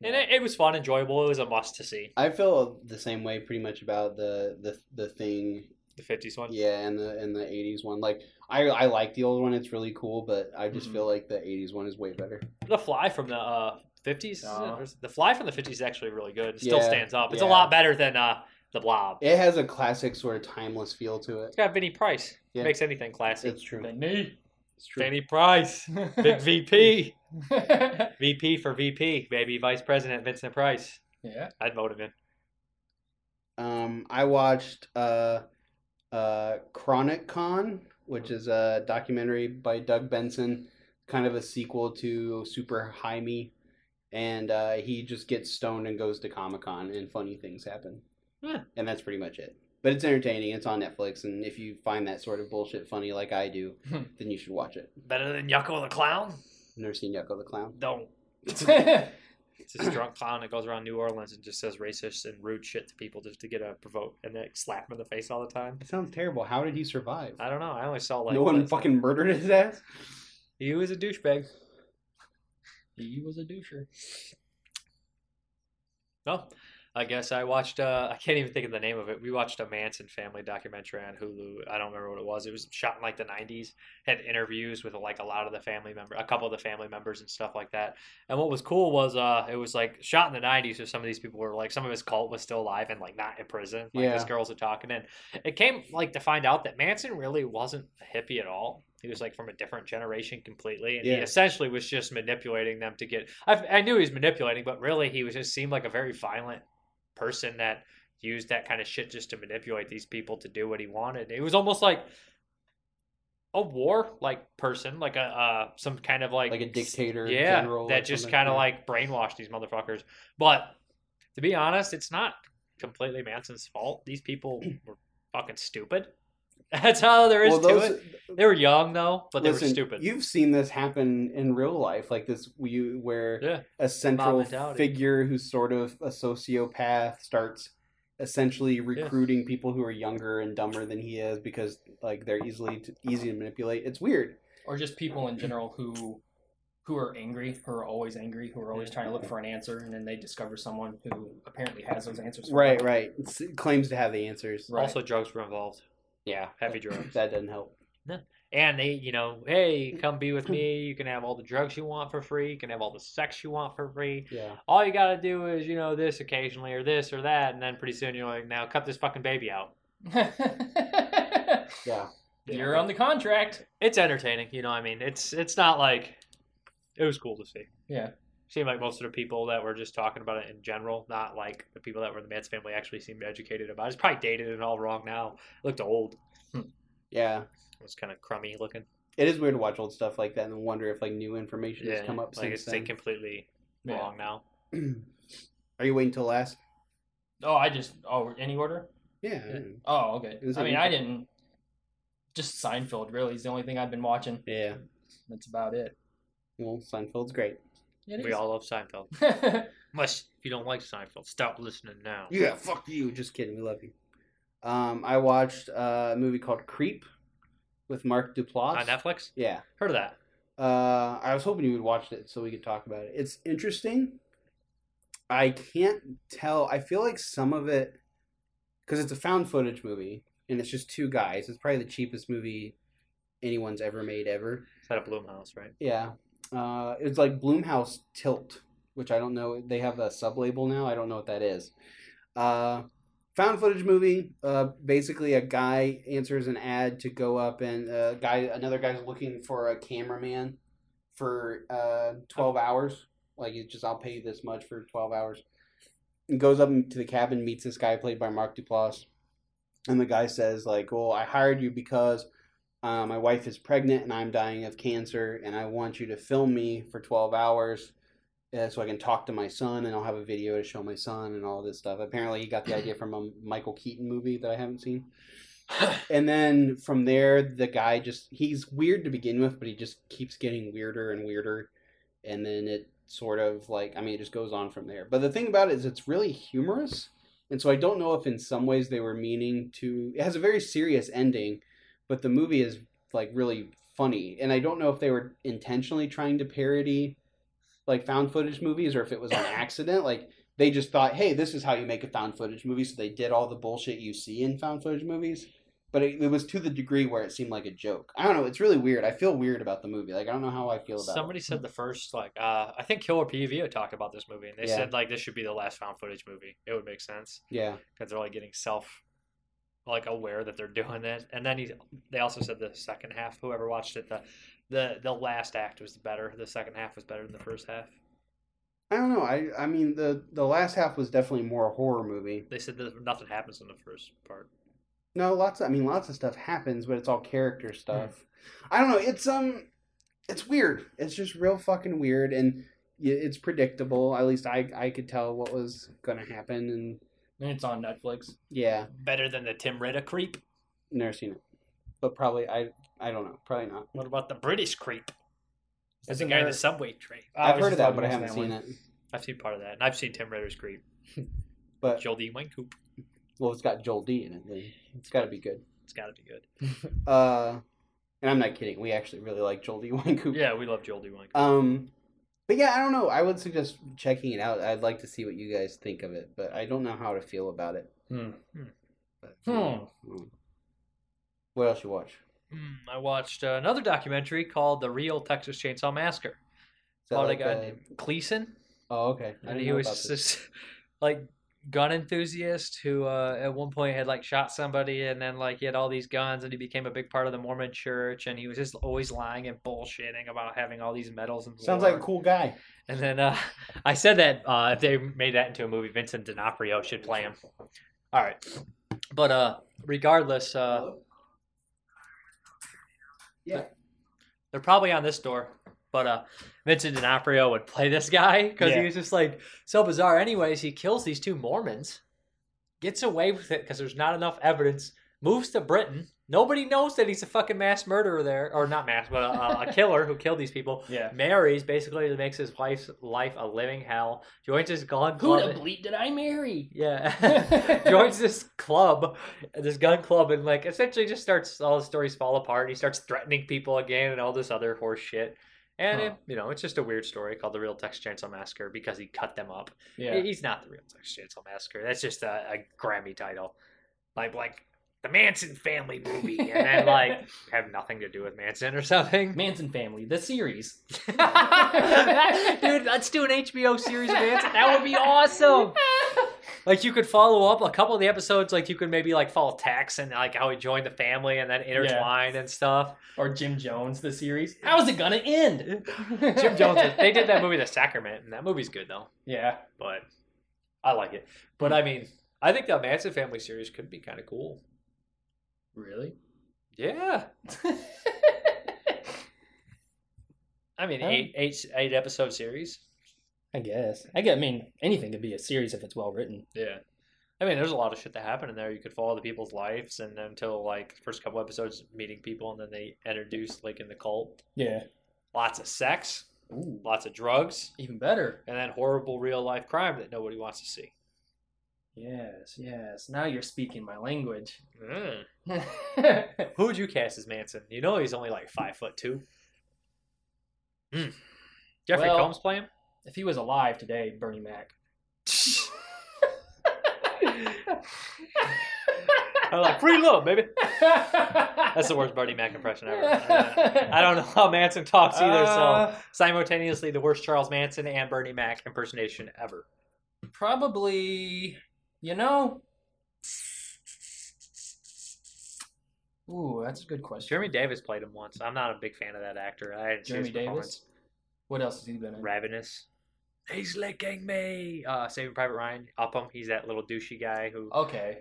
D: And it, it was fun, enjoyable. It was a must to see.
C: feel the same way pretty much about the the, the thing,
D: The 50s one.
C: yeah, and the and the '80s one. Like I I like the old one; it's really cool, but I just
B: Mhm.
C: feel like the '80s one is way better.
D: The Fly from the uh, 50s.
B: Uh-huh.
D: The Fly from the 50s is actually really good. It still
C: Yeah,
D: stands up. It's
C: yeah.
D: a lot better than uh, the Blob.
C: It has a classic sort of timeless feel to
D: It's
C: it.
D: got Vinnie Price.
C: Yeah.
D: Makes anything classic.
C: It's true.
B: Then me.
C: It's true.
D: Vinnie Price, big VP, VP for VP, baby, Vice President Vincent Price.
B: yeah.
D: I'd vote him in.
C: Um, I watched uh, uh, Chronic Con, which is a documentary by Doug Benson, kind of a sequel to Super High Me, and uh, he just gets stoned and goes to Comic Con, and funny things happen,
D: Huh.
C: and that's pretty much it. But it's entertaining. It's on Netflix, and if you find that sort of bullshit funny like I do,
B: Hmm.
C: then you should watch it.
D: Better than Yucko the Clown?
C: I've never seen Yucko the Clown.
D: No. It's this drunk clown that goes around New Orleans and just says racist and rude shit to people just to get a provoke and then slap him in the face all the time.
C: It sounds terrible. How did he survive?
D: I don't know. I only saw like
C: no one
D: clips.
C: fucking murdered his ass.
D: He was a douchebag.
B: he was a doucher.
D: Well, I guess I watched. Uh, I can't even think of the name of it. We watched a Manson family documentary on Hulu. I don't remember what it was. It was shot in like the '90s. Had interviews with like a lot of the family member, a couple of the family members and stuff like that. And what was cool was uh, it was like shot in the '90s, so some of these people were like, some of his cult was still alive and like not in prison. Like
C: Yeah.
D: these girls are talking, and it came like to find out that Manson really wasn't a hippie at all. He was like from a different generation completely, and
C: Yeah.
D: he essentially was just manipulating them to get. I, I knew he was manipulating, but really he was just seemed like a very violent person that used that kind of shit just to manipulate these people to do what he wanted. It was almost like a war like person, like a uh, some kind of like
C: Like a dictator,
D: yeah,
C: general, or
D: that just
C: something.
D: kind of like brainwashed these motherfuckers. But to be honest, it's not completely Manson's fault. These people were fucking stupid. That's how there is
C: Well,
D: to
C: those
D: it. They were young though, but they
C: listen,
D: were stupid.
C: You've seen this happen in real life, like this you where
D: Yeah.
C: a central
D: mentality.
C: figure who's sort of a sociopath starts essentially recruiting people who are younger and dumber than he is because like they're easily to, easy to manipulate. It's weird.
B: or just people in general who who are angry, who are always angry, who are always trying to look for an answer, and then they discover someone who apparently has those answers. for
C: Right,
B: them.
C: right. It's, it claims to have the answers.
B: Right.
D: Also, drugs were involved,
C: Yeah,
D: heavy drugs,
C: that doesn't help.
D: and they, you know, hey, come be with me. You can have all the drugs you want for free. You can have all the sex you want for free.
C: Yeah.
D: All you gotta do is, you know, this occasionally or this or that, and then pretty soon you're like, now cut this fucking baby out.
C: Yeah.
B: You're on the contract.
D: It's entertaining, you know. what I mean, it's it's not like it was cool to see.
B: Yeah.
D: Seemed like most of the people that were just talking about it in general, not like the people that were in the Mets family, actually seemed educated about it. It's probably dated and all wrong now. It looked old.
C: Yeah.
D: It was kind of crummy looking.
C: It is weird to watch old stuff like that and wonder if like new information has come up
D: like
C: since
D: it's
C: then.
D: completely
B: Yeah.
D: wrong now.
C: Are you waiting till last?
B: Oh, I just oh any order.
C: Yeah.
B: Oh, okay.
C: It was
B: I
C: a
B: mean,
C: week
B: I
C: ago.
B: didn't. Just Seinfeld really is the only thing I've been watching.
C: Yeah.
B: That's about it.
C: Well, Seinfeld's great.
B: It
D: We
B: is.
D: all love Seinfeld. Unless if you don't like Seinfeld, stop listening now.
C: Yeah, fuck you. Just kidding. We love you. Um, I watched uh, a movie called Creep with Mark Duplass.
D: On Netflix?
C: Yeah.
D: Heard of that.
C: Uh, I was hoping you would watch it so we could talk about it. It's interesting. I can't tell. I feel like some of it, because it's a found footage movie and it's just two guys. It's probably the cheapest movie anyone's ever made ever.
D: It's at a Bloomhouse, right?
C: Yeah. Uh, it's like Bloomhouse Tilt, which I don't know. They have a sub label now. I don't know what that is. Uh, found footage movie. Uh, basically, a guy answers an ad to go up, and uh, guy another guy's looking for a cameraman for uh, twelve hours. Like it's just I'll pay you this much for twelve hours. And goes up to the cabin, meets this guy played by Mark Duplass, and the guy says like, "Well, I hired you because." Uh, my wife is pregnant and I'm dying of cancer, and I want you to film me for 12 hours uh, so I can talk to my son and I'll have a video to show my son and all this stuff. Apparently, he got the idea from a Michael Keaton movie that I haven't seen. and then from there, the guy just he's weird to begin with, but he just keeps getting weirder and weirder. And then it sort of like, I mean, it just goes on from there. But the thing about it is, it's really humorous. And so I don't know if in some ways they were meaning to. It has a very serious ending but the movie is like really funny and i don't know if they were intentionally trying to parody like found footage movies or if it was an accident like they just thought hey this is how you make a found footage movie so they did all the bullshit you see in found footage movies but it, it was to the degree where it seemed like a joke i don't know it's really weird i feel weird about the movie like i don't know how i feel about
D: Somebody said the first like uh, I think Killer PVO talked about this movie and they
C: Yeah.
D: said like this should be the last found footage movie. It would make sense
C: it yeah
D: because they're like getting self like aware that they're doing it. And then he they also said the second half. Whoever watched it, the the the last act was better. The second half was better than the first half.
C: i don't know i i mean the the last half was definitely more a horror movie
D: They said that nothing happens in the first part.
C: No, lots. Of, I mean, lots of stuff happens, but it's all
B: Hmm.
C: character stuff. I don't know. It's um, it's weird. It's just real fucking weird, and y- it's predictable. At least I I could tell what was gonna happen, and
B: and it's on Netflix.
C: yeah,
D: Better than the Tim Ritta creep.
C: never seen it, but probably I I don't know. Probably not.
D: What about the British creep? That's the
B: Isn't
D: guy in
B: there-
D: the subway train.
C: I've
B: was
C: heard
B: just
C: of that,
B: about
C: but
B: to
C: I
B: mention
C: haven't seen
B: that
C: it.
D: I've seen part of that, and I've seen Tim Ritter's creep.
C: But
D: Jodie Wincoop.
C: well, it's got Joel D in it. Then it's got to be good.
D: It's got to be good.
C: Uh, and I'm not kidding. We actually really like Joel D. Winkoop.
D: Yeah, we love Jodie Wincoop.
C: Um, but yeah, I don't know. I would suggest checking it out. I'd like to see what you guys think of it, but I don't know how to feel about it.
B: Hmm.
D: Hmm.
C: But-
B: Hmm.
C: Hmm. What else you watch?
D: Mm, I watched uh, another documentary called "The Real Texas Chainsaw Massacre."
C: Is that
D: About
C: like
D: a guy
C: a-
D: named Gleason,
C: Oh, okay. I
D: and
C: didn't
D: he
C: know
D: was
C: about
D: just
C: this.
D: this like gun enthusiast who, uh, at one point, had like shot somebody, and then like he had all these guns, and he became a big part of the Mormon Church, and he was just always lying and bullshitting about having all these medals and
C: Sounds like a
D: war.
C: cool guy.
D: And then uh, I said that uh, if they made that into a movie, Vincent D'Onofrio should play him. All right, but uh, regardless, uh,
C: yeah.
D: they're probably on this door. But uh, Vincent D'Onofrio would play this guy because
B: Yeah.
D: he was just like so bizarre. Anyways, he kills these two Mormons gets away with it because there's not enough evidence, moves to Britain. Nobody knows that he's a fucking mass murderer there, or not mass, but uh, a killer who killed these people.
B: Yeah.
D: Marries, basically makes his wife's life a living hell. Joins his gun
B: Who
D: club.
B: the bleep did I marry?
D: yeah. joins this club, this gun club, and like essentially just starts all the stories fall apart. He starts threatening people again and all this other horse shit. And
B: Huh.
D: it- you know, it's just a weird story called the Real Text Chainsaw Massacre because he cut them up.
B: Yeah.
D: He- He's not the Real Text Chainsaw Massacre. That's just a, a Grammy title, like like the Manson family movie, and then like have nothing to do with Manson or something.
B: Manson family, the series.
D: Dude, let's do an HBO series of Manson. That would be awesome. Like you could follow up a couple of the episodes. Like you could maybe like follow Tex and like how he joined the family and then intertwine and stuff.
B: Or Jim Jones, the series. How's it gonna end?
D: Jim Jones. they did that movie The Sacrament, and that movie's good though.
B: Yeah.
D: But I like it. But I mean, I think the Manson family series could be kind of cool.
B: Really?
D: Yeah. I mean, eight eight eight episode series.
B: I guess. I get. I mean, anything could be a series if it's well written.
D: Yeah. I mean, there's a lot of shit that happened in there. You could follow the people's lives and until like first couple episodes meeting people and then they introduce like in the cult.
B: Yeah.
D: Lots of sex,
B: Ooh.
D: lots of drugs,
B: Even better.
D: and then horrible real life crime that nobody wants to see.
B: Yes. Yes. Now you're speaking my language. Mm.
D: Who would you cast as Manson? You know he's only like five foot two. Mm. Jeffrey
B: Hmm. Well-
D: Combs play him?
B: if he was alive today, Bernie Mac.
D: I'm like, free love, baby. That's the worst Bernie Mac impression ever. I don't know how Manson talks either, so
B: Uh,
D: simultaneously the worst Charles Manson and Bernie Mac impersonation ever.
B: probably, you know. Ooh, that's a good question.
D: Jeremy Davis played him once. I'm not a big fan of that actor. I didn't see his
B: Jeremy Davis.
D: performance.
B: What else has he been in?
D: Ravenous. He's licking me. Uh, Saving Private Ryan. Upham. He's that little douchey guy who
B: Okay.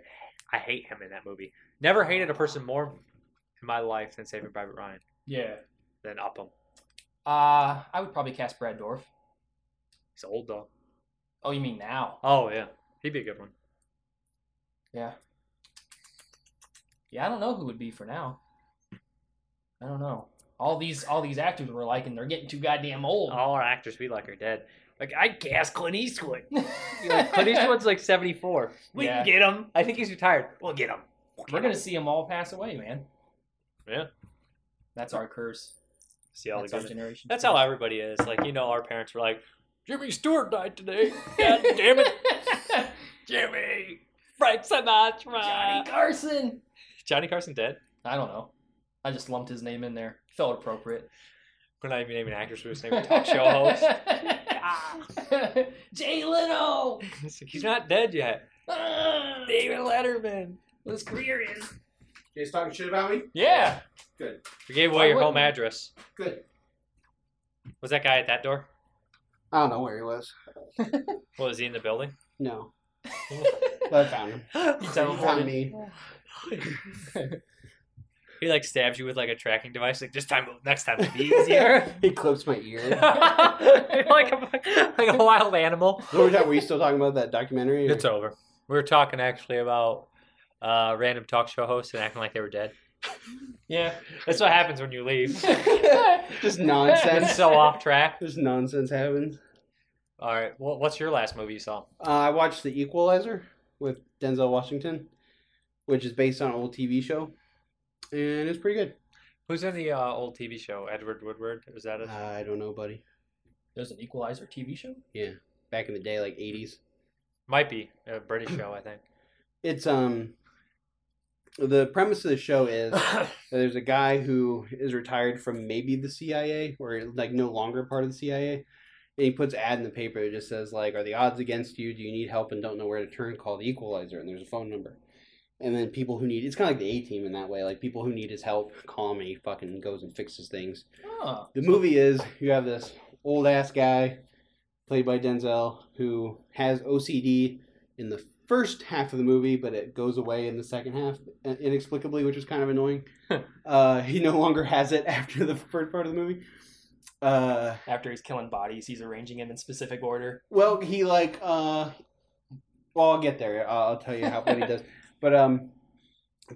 D: I hate him in that movie. Never hated a person more in my life than Saving Private Ryan
B: Yeah.
D: than Upham.
B: Uh, I would probably cast Brad Dorf.
D: He's old though.
B: Oh, you mean now?
D: Oh yeah, he'd be a good one.
B: Yeah. Yeah, I don't know who would be for now. I don't know. All these all these actors we're liking, they're getting too goddamn old.
D: All our actors we like are dead. Like I'd cast Clint Eastwood. Like, Clint Eastwood's like 74. We
B: Yeah.
D: can get him. I think he's retired. We'll get him. We'll get
B: We're
D: him.
B: gonna see them all pass away, man.
D: Yeah.
B: That's our curse.
D: see all the
B: That's our
D: good
B: generation.
D: That's how everybody is. Like, you know, our parents were like, Jimmy Stewart died today. God damn it. Uh, Jimmy. Frank Sinatra.
B: Johnny
D: Johnny,
B: Carson.
D: Carson dead.
B: I don't know. I just lumped his name in there. Felt appropriate.
D: We're not even naming actors. We're just naming talk show hosts.
B: Jay Leno.
D: It's like, He's not dead yet.
B: Ah,
D: David Letterman.
B: his career is.
C: You guys talking shit about me?
B: Yeah.
C: Good.
D: We gave
B: Why
D: away your
B: wouldn't
D: home
B: we?
D: address.
C: Good.
D: Was that guy at that door?
C: I don't know where he was.
D: What, was he in the building?
C: No. but I found him.
D: He
C: He found me.
D: He like stabs you with like a tracking device. Like this time, next time it'll be easier.
C: He clips my ear.
D: like a like a wild animal.
C: What were, we talking, were you still talking about that documentary?
D: It's over. We were talking actually about uh, random talk show hosts and acting like they were dead.
B: Yeah.
D: That's what happens when you leave.
C: Just nonsense.
D: It's so off track.
C: Just nonsense happens.
D: All right. Well, what's your last movie you saw?
C: Uh, I watched The Equalizer with Denzel Washington, which is based on an old TV show, and it's pretty good.
D: Who's in the uh, old TV show? Edward Woodward? Is that it?
C: Uh, I don't know, buddy.
B: There's an Equalizer TV show.
C: Back in the day, like '80s.
D: Might be a British show, I think.
C: It's um. The premise of the show is that there's a guy who is retired from maybe the CIA or like no longer part of the CIA, and he puts an ad in the paper that just says like, "Are the odds against you? Do you need help and don't know where to turn? Call the Equalizer." And there's a phone number. And then people who need it's kind of like the A Team in that way. Like people who need his help call me. Fucking goes and fixes things.
B: Oh.
C: the movie is you have this old ass guy played by Denzel who has OCD in the first half of the movie, but it goes away in the second half uh, inexplicably, which is kind of annoying. uh, he no longer has it after the first part of the movie. Uh,
B: After he's killing bodies, he's arranging them in specific order.
C: well, he like uh, Well, I'll get there. I'll, I'll tell you how what he does. But um,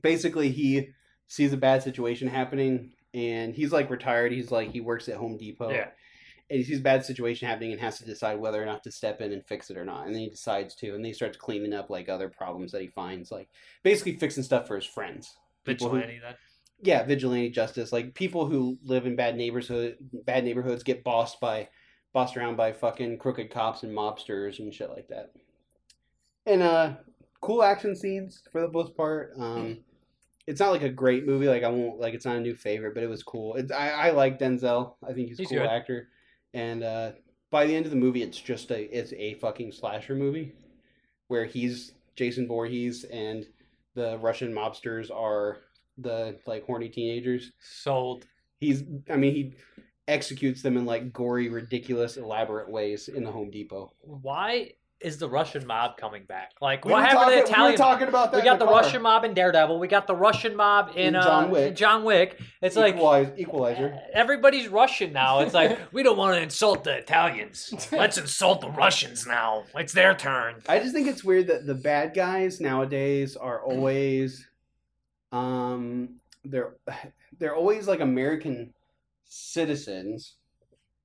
C: basically, he sees a bad situation happening, and he's like retired. He's like he works at Home Depot.
D: Yeah.
C: And he sees a bad situation happening and has to decide whether or not to step in and fix it or not. And then he decides to, and then he starts cleaning up like other problems that he finds, like basically fixing stuff for his friends. People who-
D: Vigilante, then.
C: yeah, vigilante justice, like people who live in bad neighborhood, bad neighborhoods get bossed by, bossed around by fucking crooked cops and mobsters and shit like that. And uh, cool action scenes for the most part. Um, it's not like a great movie. Like I won't like it's not a new favorite, but it was cool. It's, I I like Denzel. I think he's a
D: He's
C: cool
D: good.
C: actor. And uh, by the end of the movie, it's just a it's a fucking slasher movie, where he's Jason Voorhees and the Russian mobsters are the like horny teenagers.
D: Sold.
C: He's I mean he executes them in like gory, ridiculous, elaborate ways in the Home Depot.
D: Why is the Russian mob coming back? Like,
C: We
D: what
C: were
D: happened
C: talking-
D: to the Italian?
C: We were talking about that.
D: We
C: in
D: got the,
C: car.
D: Russian mob in Daredevil. We got the Russian mob in,
C: In
D: uh,
C: John Wick.
D: John Wick. It's like
C: Equalize, equalizer.
D: everybody's Russian now. It's like we don't want to insult the Italians. Let's insult the Russians now. It's their turn.
C: I just think it's weird that the bad guys nowadays are
D: Mm.
C: always, um, they're they're always like American citizens,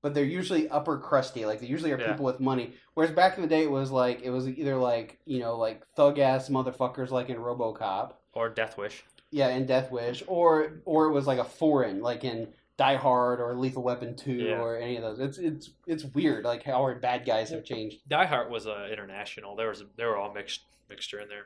C: but they're usually upper crusty. Like they usually are
D: Yeah.
C: people with money. Whereas back in the day, it was like it was either like you know like thug ass motherfuckers like in RoboCop,
D: Or Death Wish.
C: yeah, in Death Wish, or or it was like a foreign like in. Die Hard or Lethal Weapon Two
D: Yeah.
C: or any of those. It's it's it's weird like how our bad guys have changed.
D: Die Hard was uh, international. There was they were all mixed mixture in there.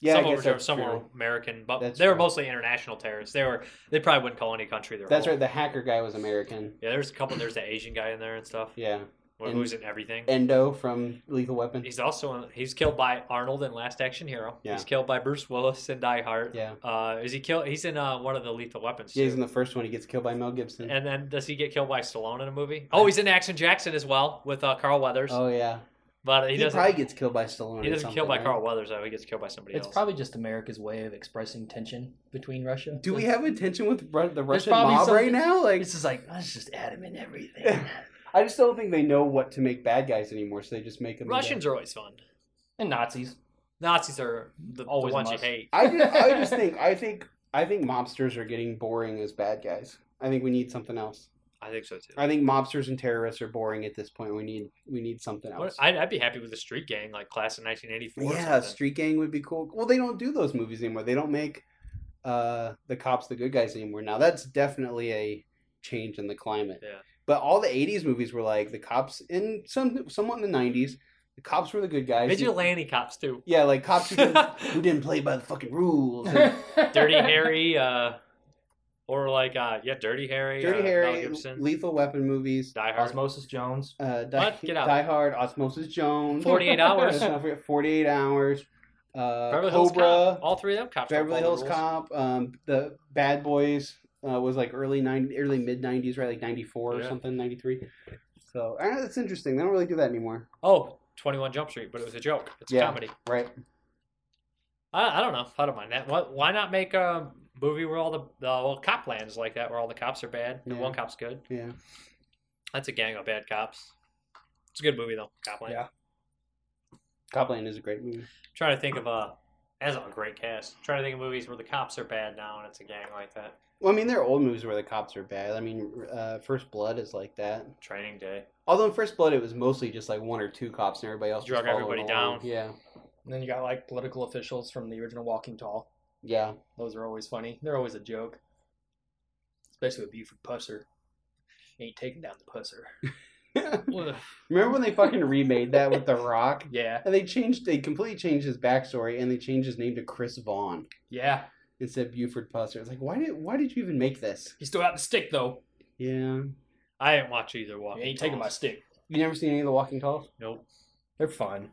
C: Yeah, I
D: some,
C: guess
D: were,
C: that's
D: some were
C: true.
D: American, but
C: That's
D: they were
C: true.
D: mostly international terrorists. They were they probably wouldn't call any country their
C: That's
D: own.
C: right. The hacker guy was American.
D: Yeah, there's a couple. There's the Asian guy in there and stuff.
C: Yeah,
D: who-
C: And-
D: who's in everything.
C: Endo from Lethal Weapon.
D: He's also in, he's killed by Arnold in Last Action Hero.
C: Yeah.
D: He's killed by Bruce Willis in Die Hard.
C: Yeah,
D: Uh, is he killed? He's in uh, one of the Lethal Weapons.
C: yeah. He's in
D: too.
C: the first one. He gets killed by Mel Gibson.
D: And then does he get killed by Stallone in a movie? Oh, he's in Action Jackson as well with uh, Carl Weathers.
C: oh yeah,
D: but
C: he,
D: he, doesn't.
C: probably gets killed by Stallone.
D: he
C: or
D: doesn't kill
C: something,
D: by
C: right?
D: Carl Weathers though. He gets killed by somebody
B: It's
D: else.
B: probably just America's way of expressing tension between Russia.
C: Do we have a tension with Ru- the Russian
B: probably
C: mob right
B: something-
C: now? Like,
B: It's just like let's just add him in everything.
C: I just don't think they know what to make bad guys anymore, so they just make them.
D: Russians are always fun.
B: and Nazis.
D: Nazis are the, the
B: Always a
D: ones you
B: must.
D: hate.
C: I just, I just think, I think, I think mobsters are getting boring as bad guys. I think we need something else.
D: I think so too.
C: I think mobsters and terrorists are boring at this point. We need, we need something
D: What-
C: else.
D: I'd, I'd be happy with a street gang like class of 1984. or
C: Yeah,
D: something.
C: Street Gang would be cool. Well, they don't do those movies anymore. They don't make uh, the cops the good guys anymore. Now that's definitely a change in the climate.
D: Yeah.
C: But all the '80s movies were like the cops, and some somewhat in the '90s, the cops were the good guys.
D: Vigilante cops too.
C: Yeah, like cops who didn't, who didn't play by the fucking rules. And
D: Dirty Harry, uh, or like uh, yeah, Dirty Harry,
C: Dirty
D: uh, Mel
C: Harry,
D: Gibson,
C: Lethal Weapon movies.
D: Die Hard,
B: Osmosis Jones.
C: Uh, die,
D: What? Get out.
C: Die Hard, Osmosis Jones,
D: 48 Hours.
C: Let's not forget 48 hours, uh,
D: Beverly Hills
C: Cobra.
D: Cop. All three of them cops.
C: Beverly
D: don't follow
C: Hills
D: the rules.
C: Cop, um, the Bad Boys uh, was like early ninety, early mid nineties, right? Like ninety four or
D: Yeah.
C: something, ninety three. So I don't know, that's interesting. They don't really do that anymore,
D: Oh, 21 Jump Street, but it was a joke. It's
C: Yeah.
D: a comedy.
C: right?
D: I, I don't know. I don't mind that. What? Why not make a movie where all the the well, cop lands like that, where all the cops are bad and
C: Yeah.
D: one cop's good?
C: Yeah.
D: That's a gang of bad cops. It's a good movie though. Copland.
C: Yeah. Copland is a great movie.
D: Trying to think of uh That's a great cast. Trying to think of movies where the cops are bad now and it's a gang like that.
C: Well, I mean, there are old movies where the cops are bad. I mean, uh, First Blood is like that.
D: Training Day.
C: Although in First Blood, it was mostly just like one or two cops, and everybody else just
D: Drug
C: followed
D: everybody
C: along.
D: down.
C: Yeah,
B: And then you got like political officials from the original Walking Tall.
C: yeah.
B: Those are always funny. They're always a joke. Especially with Buford Pusser. Ain't taking down the pusser.
C: Remember when they fucking remade that with The Rock?
B: Yeah,
C: And they changed, they completely changed his backstory, and they changed his name to Chris Vaughn.
B: yeah.
C: It said Buford Pusser. It's like, why did why did you even make this?
B: He still out the stick though.
C: Yeah.
D: I didn't watch either one.
B: He ain't taking my stick.
C: You never seen any of the Walking Tall?
D: Nope.
B: They're fun.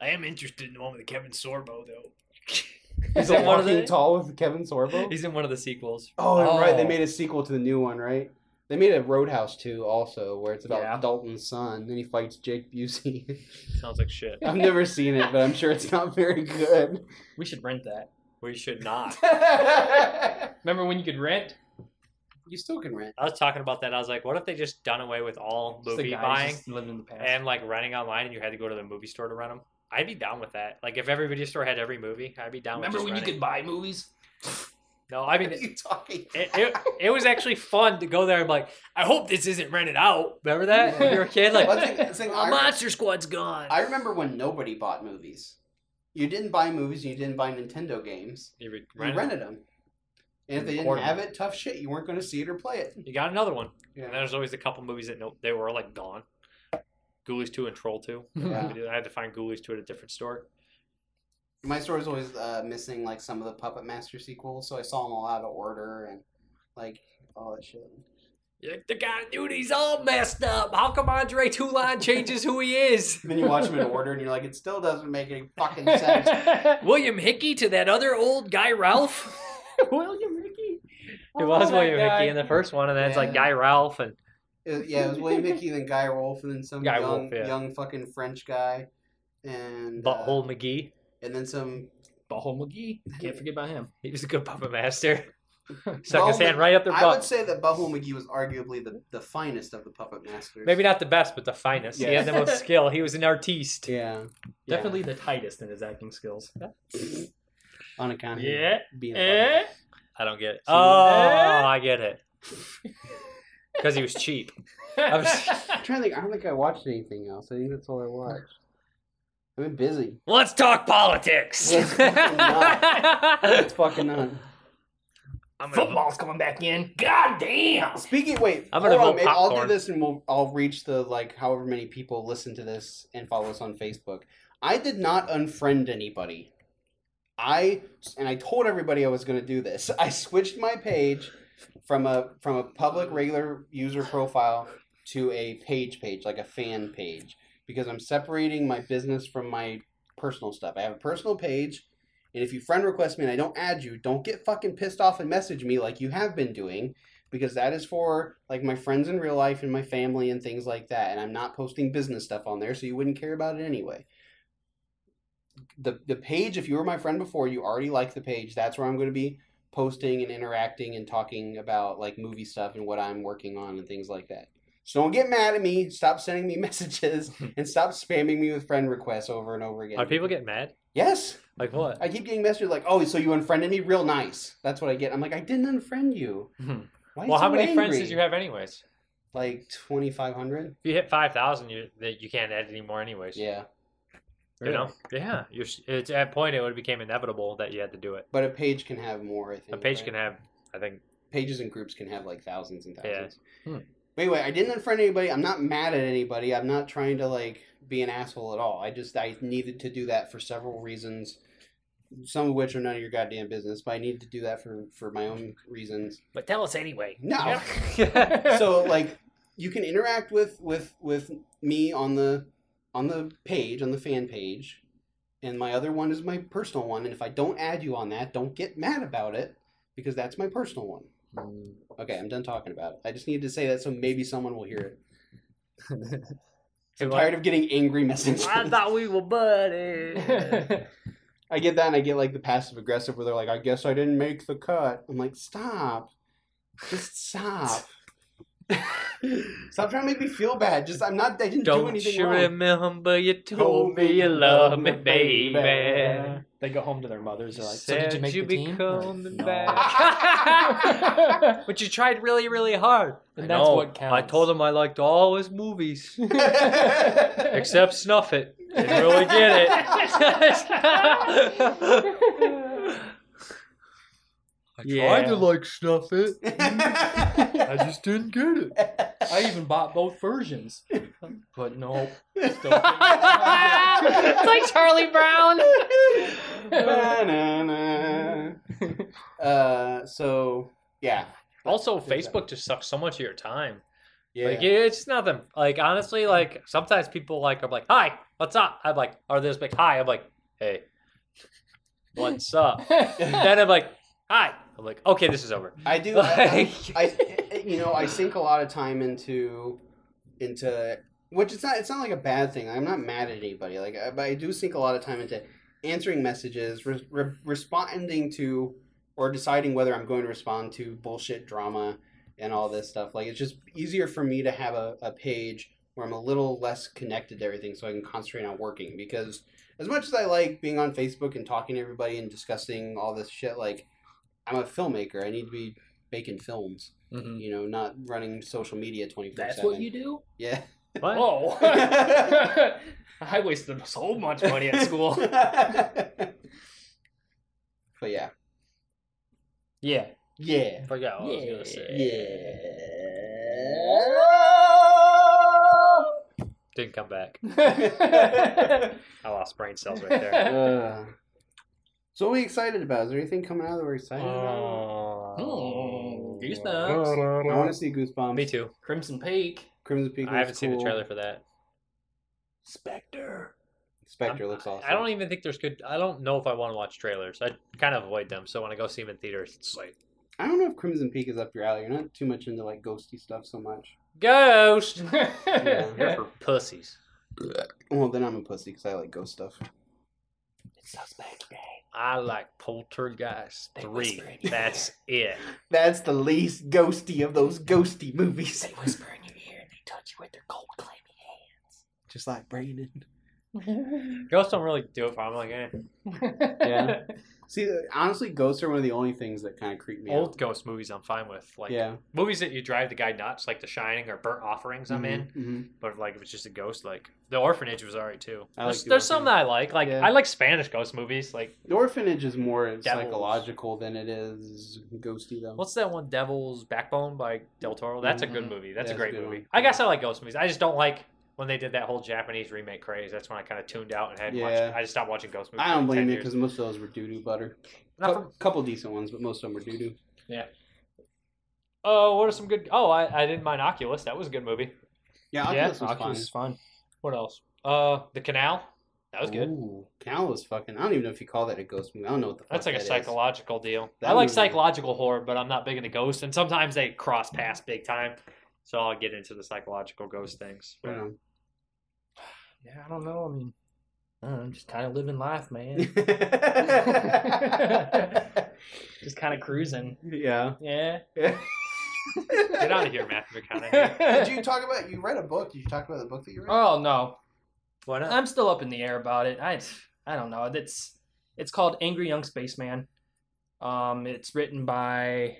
D: I am interested in the one with Kevin Sorbo though.
C: Is it Walking Tall with Kevin Sorbo?
D: He's in one of the sequels.
C: oh, you're right. They
B: Oh.
C: made a sequel to the new one, right? They made a Roadhouse too, also, where it's about
B: Yeah.
C: Dalton's son, and he fights Jake Busey.
D: Sounds like shit.
C: I've never seen it, but I'm sure it's not very good.
B: We should rent that.
D: We should not.
B: Remember when you could rent?
C: you still can rent.
D: I was talking about that. I was like, what if they just done away with all
B: Just the
D: movie
B: guys
D: buying
B: just living in the past.
D: and like renting online, and you had to go to the movie store to rent them? I'd be down with that. Like if every video store had every movie, I'd be down.
B: Remember
D: with
B: when
D: just
B: you could
D: renting.
B: buy movies?
D: No, I
C: What
D: mean
C: are you talking?
D: it, it, it was actually fun to go there and be like, I hope this isn't rented out. Remember that? When you were a kid, like,
C: One thing- one thing
D: "Oh,
C: I-
D: Monster Squad's gone.
C: I remember when nobody bought movies. You didn't buy movies. You didn't buy Nintendo games.
D: you, would
C: You
D: rent it.
C: rented them, and if they didn't
D: Recorded
C: have it, tough shit. You weren't going to see it or play it.
D: You got another one. And
C: Yeah.
D: there's always a couple movies that no, they were like gone. Ghoulies 2 and Troll 2.
C: Yeah.
D: I had to find Ghoulies 2 at a different store.
C: My store is always uh, missing like some of the Puppet Master sequels, so I saw them all out of order and like all that shit.
D: You're like, the guy dude, he's all messed up. How come Andre Toulon changes who he is?
C: And then you watch them in order, and you're like, it still doesn't make any fucking sense.
D: William Hickey to that other old guy Ralph.
B: William Ricky.
D: It was
B: Oh, that
D: William
B: guy.
D: Hickey in the first one, and then it's like
C: Yeah.
D: Guy Ralph and
C: It- yeah, it was William Hickey, then Guy Rolfe, and then some
D: Guy
C: young,
D: Rolfe, yeah.
C: young fucking French guy, and uh,
D: Butthole McGee.
C: and then some.
B: Butthole McGee. Can't forget about him.
D: He was a good puppet master. Stuck
C: Well,
D: his hand right up their
C: I would
D: butt.
C: say that Butthole McGee was arguably the, the finest of the puppet masters.
D: Maybe not the best, but the finest. He had the most skill. He was an artiste.
C: Yeah. Yeah.
B: Definitely the tightest in his acting skills.
C: On account of
B: Yeah.
C: being a
B: Eh?
D: I don't get it.
C: So-
D: Oh, I get it. Because he was cheap. I was-
C: I'm trying to think. I don't think I watched anything else. I think that's all I watched. I've been busy.
D: Let's talk politics.
C: Let's fucking not. It's fucking not.
D: I'm gonna-
B: Football's coming back in. God damn.
C: Speaking. Wait.
D: I'm gonna
C: hold on,
D: vote
C: maybe I'll do
D: popcorn.
C: this, and we'll. I'll reach the like however many people listen to this and follow us on Facebook. I did not unfriend anybody. I and I told everybody I was going to do this. I switched my page from a from a public regular user profile to a page page, like a fan page, because I'm separating my business from my personal stuff. I have a personal page, and if you friend request me and I don't add you, don't get fucking pissed off and message me like you have been doing, because that is for like my friends in real life and my family and things like that. And I'm not posting business stuff on there, so you wouldn't care about it anyway. The the page, if you were my friend before, you already like the page. That's where I'm going to be posting and interacting and talking about like movie stuff and what I'm working on and things like that. So don't get mad at me. Stop sending me messages and stop spamming me with friend requests over and over again.
D: Are people getting mad?
C: Yes.
D: Like what?
C: I keep getting messages like, "Oh, so you unfriended me? Real nice." That's what I get. I'm like, I didn't unfriend you.
D: Hmm.
C: Why
D: well,
C: is
D: how
C: you
D: many friends
C: angry?
D: did you have, anyways?
C: Like 2,500.
D: If you hit five thousand, you that you can't add anymore, anyways.
C: Yeah,
D: You know. Yeah. You're, s- it's at a point it would became inevitable that you had to do it.
C: but a page can have more. I think
D: A page
C: right?
D: can have, I think.
C: pages and groups can have like thousands and
D: Yeah.
C: thousands.
B: Hmm.
C: But anyway, I didn't unfriend anybody. I'm not mad at anybody. I'm not trying to like be an asshole at all. I just I needed to do that for several reasons, some of which are none of your goddamn business. But I needed to do that for for my own reasons.
D: But tell us anyway.
C: No.
D: Yeah.
C: so like you can interact with with with me on the on the page on the fan page and my other one is my personal one and if i don't add you on that don't get mad about it because that's my personal one okay i'm done talking about it i just needed to say that so maybe someone will hear it i'm tired of getting angry messages
D: I thought we were buddies.
C: i get that and i get like the passive aggressive where they're like i guess i didn't make the cut i'm like stop just stop stop trying to make me feel bad just i'm not i didn't do
D: Don't
C: anything
D: you
C: wrong.
D: remember you told me you love me, baby?
B: They go home to their mothers. They're like, so
D: Said
B: did you make
D: you
B: the
D: be
B: team?
D: coming
B: No.
D: back. but you tried really, really hard.
B: And
D: I
B: that's
D: know.
B: what counts.
D: I told him I liked all his movies except Snuff It. Didn't really get it. I
B: Yeah.
D: like Snuff It.
C: I
D: just didn't get it.
B: I even bought both versions. But no. Still
D: it's like Charlie Brown.
C: uh, so yeah,
D: Also, Facebook just sucks so much of your time.
C: yeah.
D: Like it's nothing. Like honestly, like sometimes people like are like, "Hi, what's up?" I'm like, "Are this like hi?" I'm like, "Hey, what's up?" then I'm like, "Hi." I'm like, "Okay, this is over."
C: I do. I,
D: Like,
C: I, I- you know, I sink a lot of time into into which it's not. It's not like a bad thing. I'm not mad at anybody. Like, I, but I do sink a lot of time into answering messages, re- re- responding to, or deciding whether I'm going to respond to bullshit drama and all this stuff. Like, it's just easier for me to have a, a page where I'm a little less connected to everything so I can concentrate on working because as much as I like being on Facebook and talking to everybody and discussing all this shit, like I'm a filmmaker. I need to be making films,
A: Mm-hmm.
C: you know, not running social media 24/7.
B: That's what you do?
C: Yeah.
D: What?
B: Whoa. Oh. I wasted so much money at school. Hmm.
C: but yeah.
B: Yeah.
C: Yeah.
D: Forgot what I was
B: Yeah.
D: gonna say.
C: Yeah.
D: Didn't come back.
B: yeah,
D: I lost brain cells right there.
C: Uh, so what are we excited about? Is there anything coming out that we're excited
D: Uh,
C: about?
B: Mm,
C: I want to
D: goosebumps.
C: see Goosebumps.
D: Me too.
B: Crimson Peak.
C: Crimson Peak.
D: I haven't
C: looks
D: seen the
C: cool.
D: trailer for that.
A: Spectre.
C: Spectre
D: I'm-
C: looks awesome.
D: I don't e even think there's good. I don't know if I want to watch trailers. I kind of avoid them. So when I go see them in theaters, it's like
C: I don't know if Crimson Peak is up your alley. You're not too much into like ghosty stuff so much.
D: ghost. You're
C: Yeah.
D: for pussies.
C: Well, then I'm a pussy because I like ghost stuff.
A: It's suspect.
D: I like Poltergeist
A: They
D: three.
A: whisper in your
D: That's it.
C: That's the least ghosty of those ghosty movies.
A: They whisper in your ear and they touch you with their cold, clammy hand.
C: Just like Brandon.
D: Ghosts don't really do it for. me. I'm like, eh.
C: Yeah. See, honestly, ghosts are one of the only things that kind of creep me
D: old
C: out.
D: ghost movies I'm fine with. Like
C: yeah.
D: movies that you drive the guy nuts, like The Shining or Burnt Offerings. I'm in.
C: Mhm, mhm.
D: But like if it's just a ghost, like The Orphanage was alright too.
C: I
D: there's
C: like The
D: there's some that I like. Like
C: Yeah.
D: I like Spanish ghost movies. Like
C: The orphanage is more psychological
D: psychological
C: than it is ghosty, though.
D: what's that one, Devil's Backbone by Del Toro? That's a
B: Mhm.
D: good movie.
C: Mm-hmm. That's
D: That's
C: a
D: a great
C: good
D: movie.
C: one.
D: I guess I like ghost movies. I just don't like when they did that whole Japanese remake craze. That's when I kind of tuned out and had
C: Yeah.
D: watched. I just stopped watching ghost movies.
C: I
D: for
C: don't
D: like
C: blame
D: 10
C: you
D: years.
C: because most of those were doo doo butter.
D: Not
C: Cou-
D: from-
C: couple decent ones, but most of them were doo doo.
D: Oh, what are some good? Oh, I, I didn't mind Oculus. That was a good movie.
C: Yeah, Oculus was fun.
B: is fun.
D: What else? Uh, The Canal. That was good.
C: Ooh, Canal was fucking. I don't even know if you call that a ghost movie. I don't know what the. Fuck
D: That's like a
C: that is.
D: psychological deal.
C: That
D: I like
C: movie-
D: psychological horror, but I'm not big into ghosts, and sometimes they cross paths big time. So I'll get into the psychological ghost things.
C: I don't
B: Yeah, I don't know. I mean, I don't know, I'm just kind of living life, man.
C: know.
B: just kind of cruising.
C: yeah.
B: Yeah.
D: Get out of here, Matthew McConaughey.
C: Did you talk about? You read a book. Did you talk about the book that you read?
B: Oh no,
D: Why not?
B: I'm still up in the air about it. I I don't know. It's it's called Angry Young Spaceman. Um, it's written by.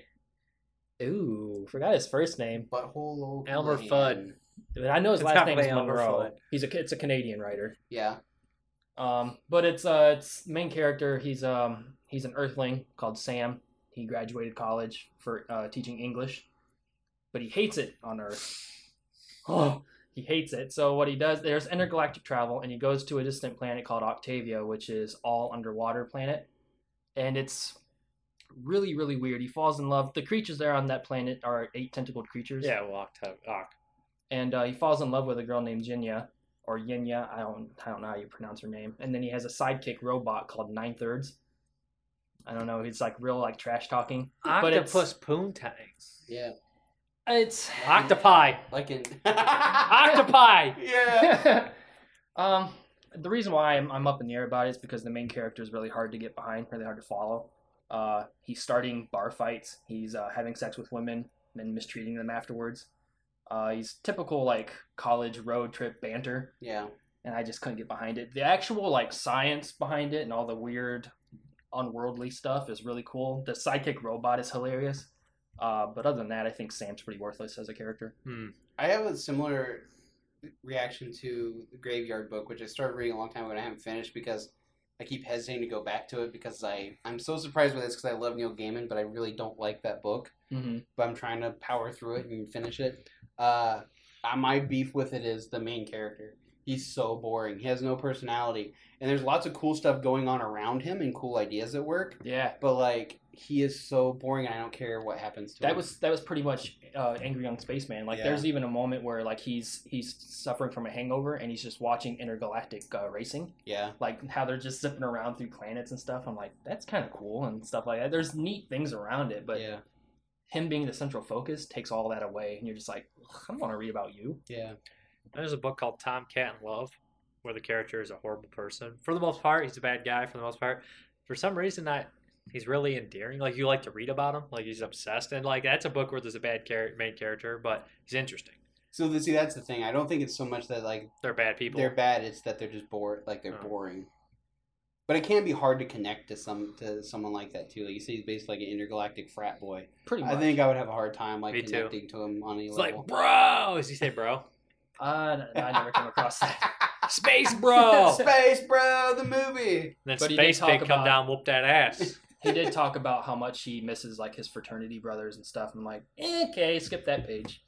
B: Ooh, forgot his first name,
C: Butthole. old
D: Elmer
C: man.
D: Fudd.
B: but I know his
D: It's
B: last
D: not
B: name is
D: Leon
B: Monroe.
D: Ruffalo.
B: He's a it's a Canadian writer.
C: Yeah.
B: Um, but it's uh, it's main character. He's um, he's an Earthling called Sam. He graduated college for uh, teaching English, but he hates it on Earth. Oh, he hates it. So what he does, there's intergalactic travel, and he goes to a distant planet called Octavia, which is all underwater planet, and it's really really weird. He falls in love. The creatures there on that planet are eight tentacled creatures
D: Yeah, well, Octo- Oc.
B: and uh, he falls in love with a girl named Jinya or Yinya. I don't I don't know how you pronounce her name. And then he has a sidekick robot called Nine Thirds. I don't know. He's like real like trash talking. But it's-
D: Octopus poontang.
C: Yeah.
B: It's
D: Octopi.
C: Like in.
D: Octopi.
C: yeah.
B: um the reason why I'm, I'm up in the air about it is because the main character is really hard to get behind, really hard to follow. Uh, he's starting bar fights. He's uh, having sex with women and then mistreating them afterwards. Uh, he's typical like college road trip banter.
C: Yeah.
B: and I just couldn't get behind it. The actual like science behind it and all the weird, unworldly stuff is really cool. The sidekick robot is hilarious, uh, but other than that, I think Sam's pretty worthless as a character.
D: Hmm.
C: I have a similar reaction to the Graveyard Book, which I started reading a long time ago and I haven't finished because I keep hesitating to go back to it because I I'm so surprised with this because I love Neil Gaiman, but I really don't like that book.
B: Mm-hmm.
C: But I'm trying to power through it and finish it. Uh, uh, my beef with it is the main character. He's so boring. He has no personality, and there's lots of cool stuff going on around him and cool ideas at work.
B: Yeah,
C: But like, he is so boring, and I don't care what happens to him.
B: that was that was pretty much uh, Angry Young Spaceman. Like,
C: Yeah.
B: there's even a moment where like he's he's suffering from a hangover and he's just watching intergalactic uh, racing,
C: yeah,
B: like how they're just zipping around through planets and stuff. I'm like, that's kind of cool and stuff like that. There's neat things around it, but
C: yeah,
B: him being the central focus takes all that away, and you're just like, "Ugh, I don't want to read about you.
C: yeah.
D: There's a book called Tom Cat and Love, where the character is a horrible person. For the most part, he's a bad guy. For the most part, for some reason, that he's really endearing. Like you like to read about him. Like he's obsessed, and like that's a book where there's a bad char- main character, but he's interesting.
C: So see, that's the thing. I don't think it's so much that like
D: They're bad people.
C: they're bad; it's that they're just bored. Like they're
D: Oh.
C: boring. But it can be hard to connect to some to someone like that too. Like you say, he's basically like an intergalactic frat boy.
B: Pretty much.
C: I think I would have a hard time like
D: Me too.
C: connecting to him on any
D: It's like,
C: level.
D: bro. Does he say bro?
B: Uh, no, no, I never came across that.
D: Space, bro.
C: Space Bro, the movie.
D: then
B: But he did
D: space
B: talk
D: pig come
B: about-
D: down, whoop that ass.
B: He did talk about how much he misses like his fraternity brothers and stuff. I'm like, eh, okay, skip that page.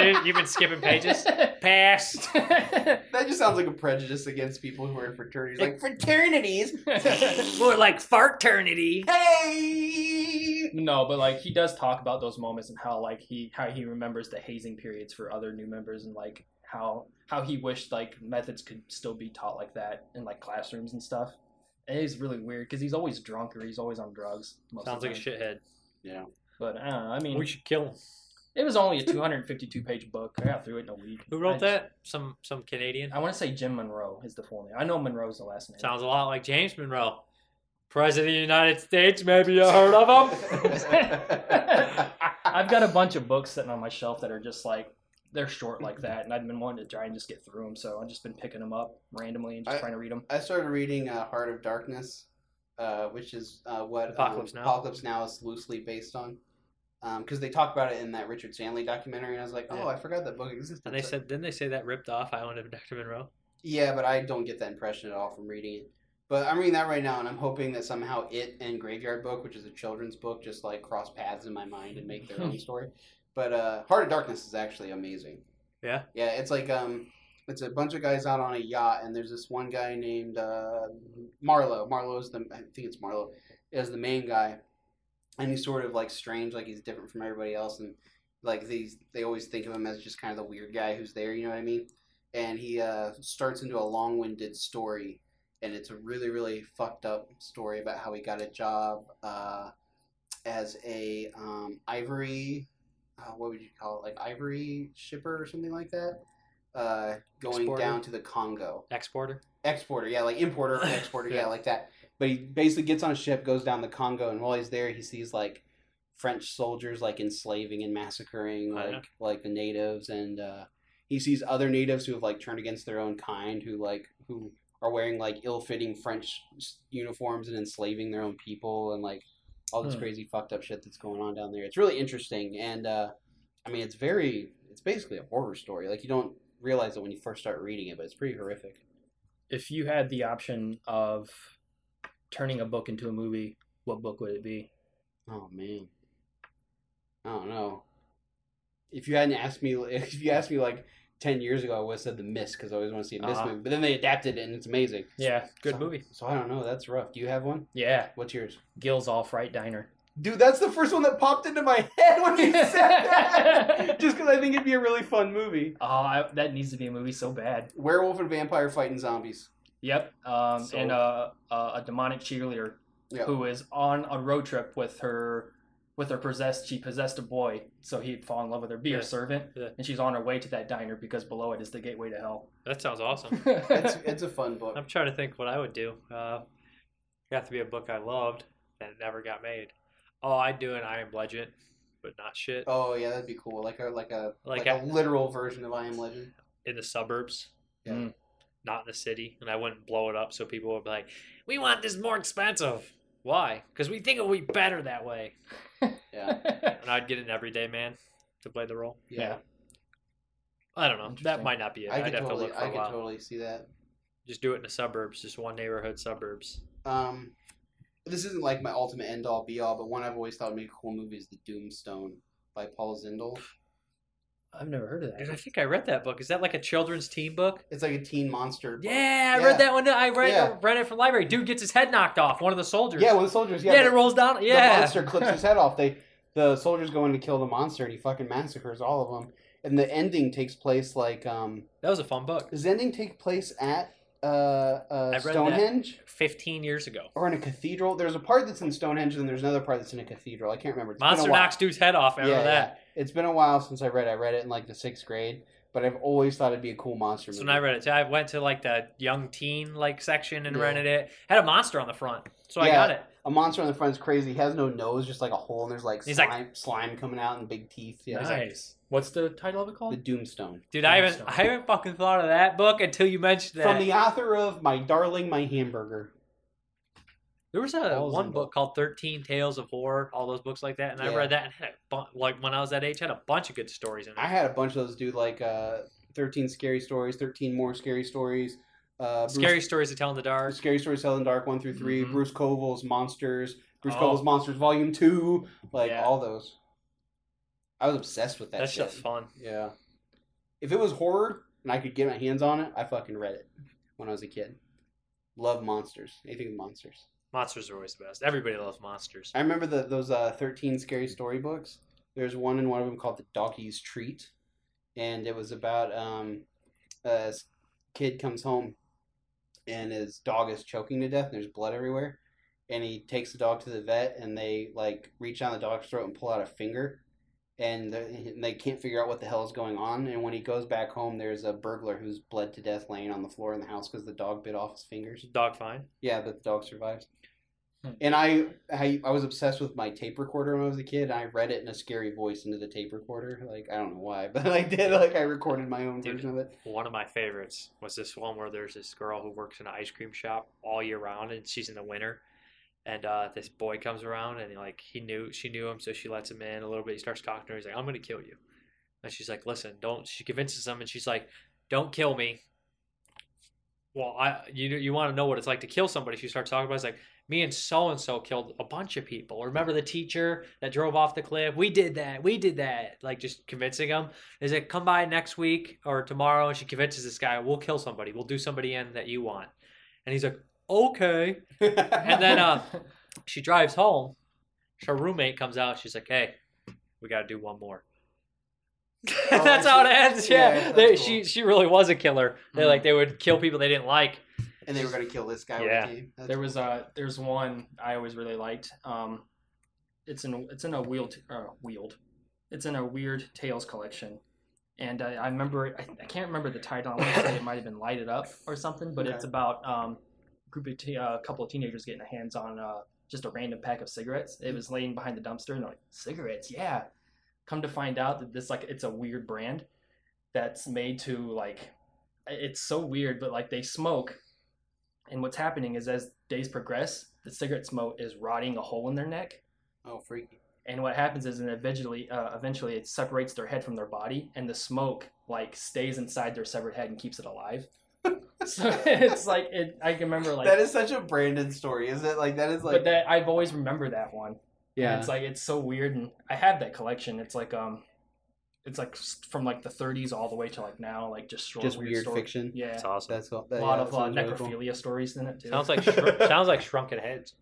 D: you- you've been skipping pages. Pass.
C: That just sounds like a prejudice against people who are in fraternities. Like fraternities.
D: More like farternity.
C: hey.
B: No, but like he does talk about those moments and how like he how he remembers the hazing periods for other new members and like how how he wished like methods could still be taught like that in like classrooms and stuff. And it's really weird because he's always drunk or he's always on drugs. Most of
D: Sounds
B: the
D: like a
B: time.
D: shithead.
C: Yeah.
B: But I don't know. I mean,
D: We should kill him.
B: it was only a 252 page book. I got through it in a week.
D: Who
B: I
D: wrote
B: just-
D: that? Some some Canadian.
B: I want to say Jim Monroe is the full name. I know Monroe's the last name.
D: Sounds a lot like James Monroe, President of the United States. Maybe you heard of him.
B: I've got a bunch of books sitting on my shelf that are just like they're short like that, and I've been wanting to try and just get through them. So I've just been picking them up randomly and just
C: I-
B: trying to read them.
C: I started reading uh, Heart of Darkness, uh, which is uh, what
D: Apocalypse
C: um,
D: Now?
C: Apocalypse Now is loosely based on. Because they talk about it in that Richard Stanley documentary, and I was like, oh,
D: Yeah.
C: I forgot that book existed.
D: And they
C: So-
D: said, didn't they say that ripped off Island of Dr. Monroe?
C: Yeah, but I don't get that impression at all from reading it. But I'm reading that right now, and I'm hoping that somehow it and Graveyard Book, which is a children's book, just like cross paths in my mind and make their own story. But uh, Heart of Darkness is actually amazing.
D: Yeah?
C: Yeah, it's like um, it's a bunch of guys out on a yacht, and there's this one guy named uh, Marlowe. Marlowe's the I think it's Marlowe is the main guy, and he's sort of like strange, like he's different from everybody else, and like these they always think of him as just kind of the weird guy who's there. You know what I mean? and he uh, starts into a long-winded story, and it's a really, really fucked up story about how he got a job uh, as a um, ivory, uh, what would you call it, like ivory shipper or something like that, uh, going
D: Exporter?
C: down to the Congo
D: Exporter?
C: exporter, yeah, like importer, or exporter, yeah.
D: Yeah.
C: like that. But he basically gets on a ship, goes down the Congo, and while he's there, he sees like French soldiers like enslaving and massacring
D: Oh,
C: like
D: yeah.
C: like the natives, and uh, he sees other natives who have like turned against their own kind, who like who are wearing like ill-fitting French s- uniforms and enslaving their own people, and like all this
B: Hmm.
C: crazy fucked up shit that's going on down there. It's really interesting, and uh, I mean, it's very, it's basically a horror story. Like you don't realize it when you first start reading it, but it's pretty horrific.
B: If you had the option of turning a book into a movie, what book would it be?
C: Oh man. I don't know. If you hadn't asked me, if you asked me like ten years ago, I would have said The Mist because I always want to see a Mist
B: Uh-huh.
C: movie. But then they adapted it, and it's amazing.
B: Yeah,
D: Good
C: So-
D: movie.
C: So I don't know. That's rough. Do you have one?
B: yeah.
C: What's yours?
B: Gills off right diner.
C: Dude, that's the first one that popped into my head when you said that. Just because I think it'd be a really fun movie.
B: Oh, I, that needs to be a movie so bad.
C: Werewolf and vampire fighting zombies.
B: Yep. Um,
C: So-
B: and uh, uh, a demonic cheerleader
C: Yeah.
B: who is on a road trip with her with her possessed she possessed a boy so he'd fall in love with her be
D: Yeah.
B: her servant
D: Yeah.
B: and she's on her way to that diner because below it is the gateway to hell
D: That sounds awesome.
C: It's it's a fun book.
D: I'm trying to think what I would do. Uh, it have to be a book I loved that never got made. Oh, I'd do an Iron Legend, but not shit.
C: Oh yeah, that'd be cool. Like a like a like,
D: Like
C: a
D: a-
C: literal version of I Am Legend.
D: In the suburbs.
C: Yeah.
D: Hmm.
B: Mm.
D: Not in the city. And I wouldn't blow it up so people would be like, we want this more expensive. Why? Because we think it'll be better that way.
C: Yeah.
D: And I'd get an everyday man to play the role.
C: Yeah.
D: I don't know. That
B: Interesting.
D: might not be it.
C: I
D: I'd
C: could
D: have to
C: totally
D: look for
C: I
D: a
C: could
D: while.
C: totally see that.
D: Just do it in the suburbs, just one neighborhood suburbs.
C: Um, this isn't like my ultimate end all be all, but one I've always thought would be a cool movie is The Doomstone by Paul Zindel.
B: i've never heard of
D: Dude, I think I read that book. Is that like a children's teen book?
C: It's like a teen monster. book.
D: Yeah, I
C: Yeah.
D: read that one. I read,
C: Yeah.
D: read it from the library. Dude gets his head knocked off. One of the soldiers.
C: Yeah, well, the soldiers.
D: yeah,
C: Yeah,
D: and it
C: the,
D: rolls down.
C: the
D: Yeah,
C: monster clips his head off. They the soldiers go in to kill the monster, and he fucking massacres all of them. And the ending takes place like um,
D: that was a fun book.
C: does the ending take place at uh, uh
D: I've read that.
C: Stonehenge
D: Fifteen years ago,
C: or in a cathedral? There's a part that's in Stonehenge, and there's another part that's in a cathedral. I can't remember. It's been a
D: monster
C: while.
D: knocks dude's head off. I Remember that?
C: yeah. It's been a while since I read. it. I read it in like the sixth grade, but I've always thought it'd be a cool monster
D: So
C: movie.
D: when I read it, so I went to like the young teen like section and
C: Yeah.
D: rented it. Had a monster on the front, so I
C: Yeah.
D: got it.
C: a monster on the front is crazy. He has no nose, just like a hole, and there's like
D: He's
C: slime, slime coming out and big teeth. Yeah,
D: Nice.
B: nice What's the title of it called?
C: The Doomstone.
D: Dude, I haven't I haven't fucking thought of that book until you mentioned that.
C: From the author of My Darling, My Hamburger.
D: there was a
C: Thousand
D: one book called Thirteen Tales of Horror, all those books like that, and I
C: Yeah.
D: read that and had a bu- like when I was that age, had a bunch of good stories in it.
C: I had a bunch of those, dude, like uh, 13 Scary Stories, 13 More Scary Stories. Uh, Bruce-
D: Scary stories to tell in the dark.
C: Scary Stories Hell in the Dark 1 through 3,
D: Mhm.
C: Bruce Koval's Monsters, Bruce
D: Oh.
C: Koval's Monsters Volume 2, like
D: Yeah.
C: all those. I was obsessed with that
D: That's
C: shit.
D: just fun.
C: Yeah. If it was horror and I could get my hands on it, I fucking read it when I was a kid. Love monsters. Anything with monsters.
D: Monsters are always the best. Everybody loves monsters.
C: I remember the, those uh, 13 scary story books. There's one in one of them called The Doggy's Treat. And it was about um, a s- kid comes home and his dog is choking to death and there's blood everywhere. And he takes the dog to the vet and they like reach down the dog's throat and pull out a finger. And, the, and they can't figure out what the hell is going on. And when he goes back home, there's a burglar who's bled to death laying on the floor in the house because the dog bit off his fingers.
D: Dog fine.
C: Yeah, but the dog survives.
B: Hmm.
C: And I, I, I was obsessed with my tape recorder when I was a kid. And I read it in a scary voice into the tape recorder. Like I don't know why, but I did. Like I recorded my own
D: Dude.
C: version of it.
D: One of my favorites was this one where there's this girl who works in an ice cream shop all year round, and she's in the winter. And uh, this boy comes around, and like he knew she knew him, so she lets him in a little bit. He starts talking to her. He's like, "I'm gonna kill you," and she's like, "Listen, don't." She convinces him, and she's like, "Don't kill me." Well, I you you want to know what it's like to kill somebody? She starts talking about. it. It's like me and so and so killed a bunch of people. Remember the teacher that drove off the cliff? We did that. We did that. Like just convincing him. Is it come by next week or tomorrow? And she convinces this guy, we'll kill somebody. We'll do somebody in that you want. And he's like, okay. And then uh, she drives home. Her roommate comes out. She's like, hey, we got to do one more.
C: Oh,
D: that's how it ends. Yeah,
C: yeah, that's
D: they,
C: cool. Mm-hmm.
D: she she really was a killer. They like they would kill people they didn't like.
C: and they were gonna kill this guy.
D: Yeah.
C: With a key. That's-
B: There was a there's one I always really liked. Um, it's in it's in a wheeled uh, wheeled, it's in a weird tales collection, and I, I remember I, I can't remember the title. I want to say it might have been lighted up or something, but it's
C: Okay.
B: about um, a group of te- uh, a couple of teenagers getting their hands on uh, just a random pack of cigarettes. It was laying behind the dumpster, and they're like cigarettes, yeah. Come to find out that this like it's a weird brand that's made to like it's so weird, but like they smoke and what's happening is as days progress, the cigarette smoke is rotting a hole in their neck.
C: oh freaky.
B: And what happens is, and eventually, uh, eventually, it separates their head from their body, and the smoke like stays inside their severed head and keeps it alive. so it's like it. I can remember like,
C: that is such a Brandon story, isn't it? Like that is like
B: but that I've always remembered that one. And
C: yeah.
B: It's like it's so weird, and I have that collection. It's like um, it's like s- from like the 30s all the way to like now, like just short
C: just weird
B: story-
C: fiction.
B: Yeah,
D: It's awesome.
C: That's all.
B: a
C: That,
B: lot
C: yeah,
B: of
C: that
B: uh,
C: sounds really cool.
B: necrophilia stories in it too.
D: Sounds like shrunk- sounds like shrunken heads.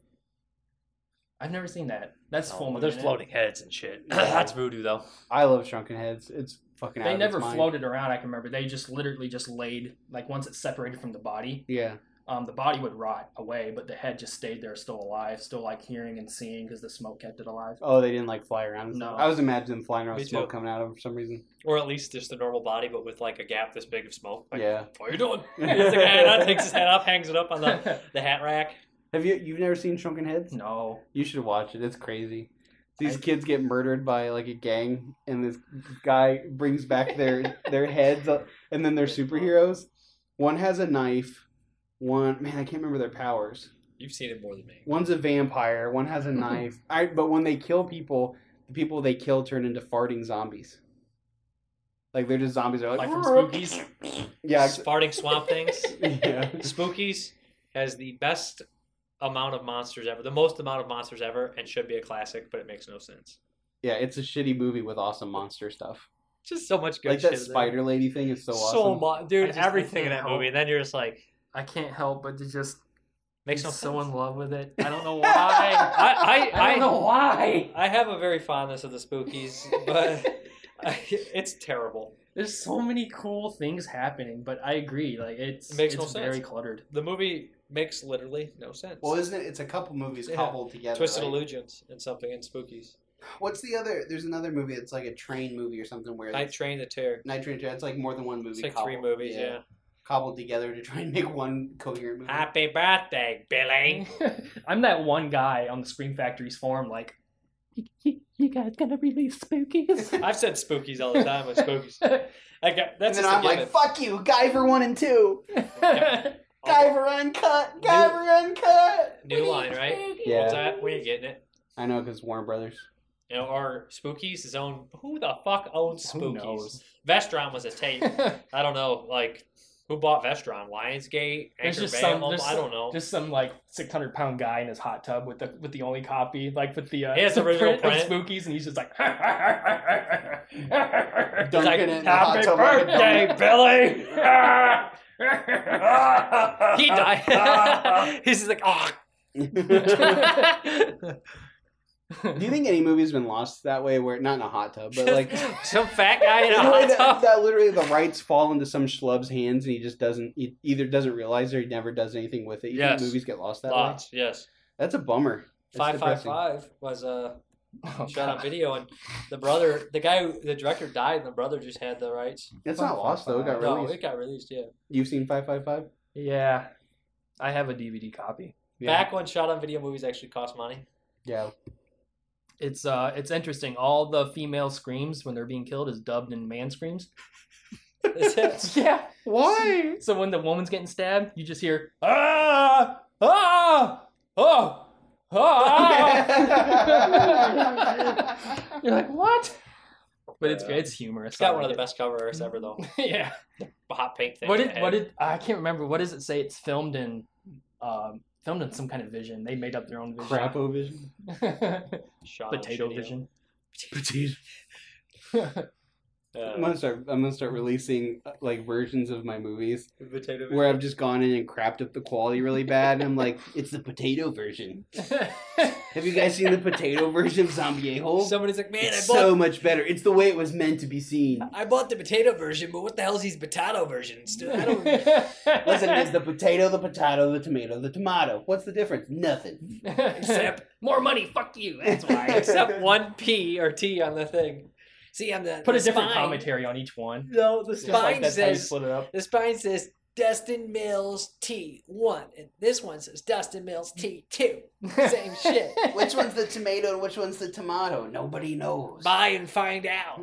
B: I've never seen that. That's full.
D: there's Oh, floating heads and shit.
C: Yeah.
D: That's voodoo though.
C: I love Shrunken Heads. It's fucking. out
B: They
C: of its
B: never
C: mind.
B: floated around. I can remember. They just literally just laid like once it separated from the body,
C: Yeah.
B: um, the body would rot away, but the head just stayed there, still alive, still like hearing and seeing because the smoke kept it alive.
C: Oh, they didn't like fly around. and stuff.
B: No.
C: I was imagining them flying around
D: Me
C: with smoke
D: too.
C: coming out of them for some reason.
D: Or at least just the normal body, but with like a gap this big of smoke. Like,
C: Yeah.
D: What are you doing? He's like, "Ah, no," takes his hat off, hangs it up on the, the hat rack.
C: Have you you've never seen Shrunken Heads?
B: no,
C: You should watch it. It's crazy. These
B: I-
C: kids get murdered by like a gang, and this guy brings back their their heads, up, and then they're superheroes. One has a knife. One man, I can't remember their powers.
D: You've seen it more than me.
C: One's a vampire. One has a knife. I, but when they kill people, the people they kill turn into farting zombies. Like they're just zombies. They're
B: like
C: like,
B: from Spookies.
C: yeah, ex-
D: Farting Swamp Things.
C: yeah.
D: Spookies has the best amount of monsters ever, the most amount of monsters ever, and should be a classic, but it makes no sense.
C: Yeah, it's a shitty movie with awesome monster stuff.
D: Just so much good
C: like
D: shit.
C: that
D: in there.
C: spider lady thing is so awesome.
D: So mu-
B: I
D: dude,
B: just- I
D: everything in
B: can't
D: that
B: help.
D: movie. And then you're just like,
B: I can't help but to just
D: makes
B: be
D: no
B: so
D: sense.
B: in love with it. I don't know why.
D: I, I,
B: I don't know why.
D: I have a very fondness of the spookies, but I, it's terrible.
B: There's so many cool things happening, but I agree. Like it's
D: It makes no
B: it's
D: sense.
B: very cluttered.
D: The movie makes literally no sense.
C: Well, isn't it? It's a couple movies
D: Yeah.
C: cobbled together.
D: Twisted
C: right?
D: Illusions and something in Spookies.
C: What's the other? There's another movie that's like a train movie or something where
D: Night Train the Terror.
C: Night Train. It's like more than one movie.
D: It's like
C: cobbled,
D: three movies, yeah. Ah,
C: Cobbled together to try and make one coherent movie.
D: Happy birthday, Billy.
B: I'm that one guy on the Scream Factory's forum, like,
A: You guys gonna release spookies?
D: I've said spookies all the time with spookies. I got,
C: and
D: that's
C: then
D: just a
C: I'm like,
D: given. Oh.
C: fuck you, Guyver 1 and 2. Guyver Uncut.
D: New-
C: Guyver Uncut.
D: New line, right? What's
C: Yeah.
D: that? Where you getting it?
C: I know because Warner Brothers.
D: You know, or Spookies is owned. Who the fuck owns
B: Who
D: Spookies?
B: knows?
D: Vestron was a tape. I don't know, like who bought Vestron? Lionsgate,
B: There's
D: Anchor
B: just
D: Bay.
B: some-
D: Home-
B: there's
D: I don't know.
B: Just some like 600 pound guy in his hot tub with the with the only copy, like with the uh,
D: Yeah, it's
B: the
D: original
B: of
D: print.
B: Spookies, and he's just like,
C: Dunking
D: like,
C: it in the hot
B: "Happy
C: tub like a dog.
B: birthday, Billy!"
D: he died. He's like, oh.
C: Do you think any movie's been lost that way? Where not in a hot tub, but like
D: some fat guy in
C: the
D: a
C: way
D: hot
C: that,
D: tub.
C: that literally the rights fall into some schlub's hands, and he just doesn't he either doesn't realize it or he never does anything with it. You
D: Yes.
C: think movies get lost that way?
D: Lots, yes.
C: That's a bummer. That's
D: Five Five
C: depressing.
D: Five was uh,
B: Oh,
D: shot on video, and the brother, the guy, who- the director died, and the brother just had the rights.
C: It's not lost though. It got
D: No,
C: released.
D: it got released. Yeah.
C: You've seen Five Five Five?
B: Yeah, I have a DVD copy.
D: back when shot on video movies actually cost money.
C: Yeah.
B: It's uh, it's interesting. All the female screams when they're being killed is dubbed in man screams.
D: Is it?
B: Yeah.
C: Why?
B: So when the woman's getting stabbed, you just hear ah ah oh
D: Ah!
B: ah. You're like what? But it's
D: Yeah.
B: great. It's humorous.
D: It's got
B: I
D: one of the
B: like
D: best covers ever though.
B: it. yeah.
D: Hot pink thing.
B: What
D: with
B: did
D: the
B: what
D: head.
B: did I can't remember. What does it say? It's filmed in um filmed in some kind of vision. They made up their own vision.
C: Crap o vision.
D: Shot on
B: Potato
D: video.
B: vision.
D: Uh,
C: I'm gonna start. I'm gonna start releasing uh, like versions of my movies
D: potato vision.
C: where I've just gone in and crapped up the quality really bad. And I'm like, it's the potato version. Have you guys seen the potato version of Zombie Hole?
D: Somebody's like, man, I
C: it's
D: bought,
C: so much better. It's the way it was meant to be seen.
D: I bought the potato version, but what the hell's these potato versions? Dude, I don't.
C: Listen, it's the potato, the potato, the tomato, the tomato. What's the difference? Nothing.
D: Except
B: More money, fuck you. That's why.
D: except one P or T on the thing. See, on the
B: Put a
D: the
B: different
D: spine-
B: commentary on each one.
D: No, the
B: Just like
D: spine
B: that's how you
D: says
B: split it up.
D: the spine says Dustin Mills T one, and this one says Dustin Mills T two. Same shit.
C: Which one's the tomato and which one's the tomato? Nobody knows.
D: Buy and find out.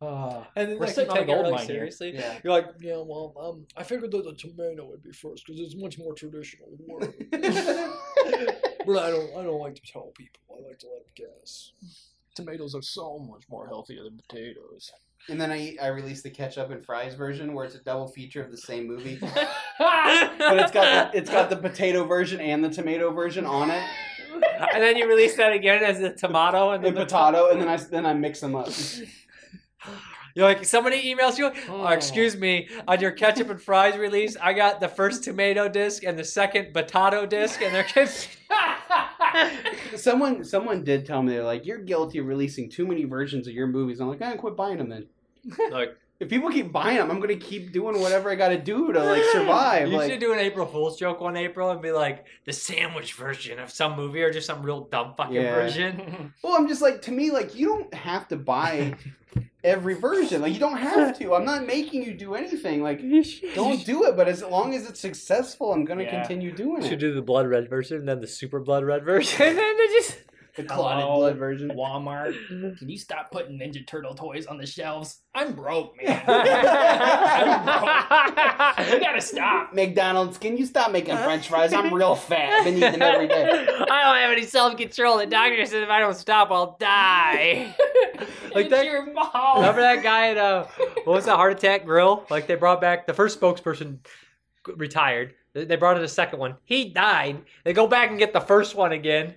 B: Uh,
D: And then
B: We're
D: like, you
B: sitting on a
D: take it
B: gold
D: really
B: mine here.
D: seriously.
C: Yeah.
D: You're like, yeah, well, um, I figured that the tomato would be first because it's much more traditional. Word. but I don't, I don't like to tell people. I like to let them guess.
B: tomatoes are so much more healthier than potatoes.
C: and then I I released the ketchup and fries version where it's a double feature of the same movie. But it's got the, it's got the potato version and the tomato version on it,
D: and then you release that again as a tomato and
C: and potato, and then I then I mix them up.
D: You're like, somebody emails you, "Oh,
B: Mm.
D: excuse me, on your ketchup and fries release, I got the first tomato disc and the second potato disc, and they're kids.
C: Someone someone did tell me they're like you're guilty of releasing too many versions of your movies. I'm like, I quit buying them then.
D: like,
C: If people keep buying them, I'm gonna keep doing whatever I gotta do to like survive.
D: You
C: like,
D: should do an April Fool's joke one April and be like, the sandwich version of some movie or just some real dumb fucking
C: Yeah.
D: version.
C: Well, I'm just like to me, like you don't have to buy every version. Like you don't have to. I'm not making you do anything. Like don't do it. But as long as it's successful, I'm gonna
B: Yeah.
C: continue doing it.
D: do the blood red version, then the super blood red version, and then just
C: The clotted
B: Hello.
C: blood version.
B: Walmart, can you stop putting Ninja Turtle toys on the shelves? I'm broke, man. I'm broke. You
D: I
B: gotta stop.
C: McDonald's, can you stop making French fries? I'm real fat. Been eating them every day.
D: don't have any self control. The doctor says if I don't stop, I'll die. Like
B: it's
D: that-
B: your mom.
D: Remember that guy at uh, what was that heart attack grill? Like they brought back the first spokesperson g- retired. They they brought in a second one. He died. They go back and get the first one again.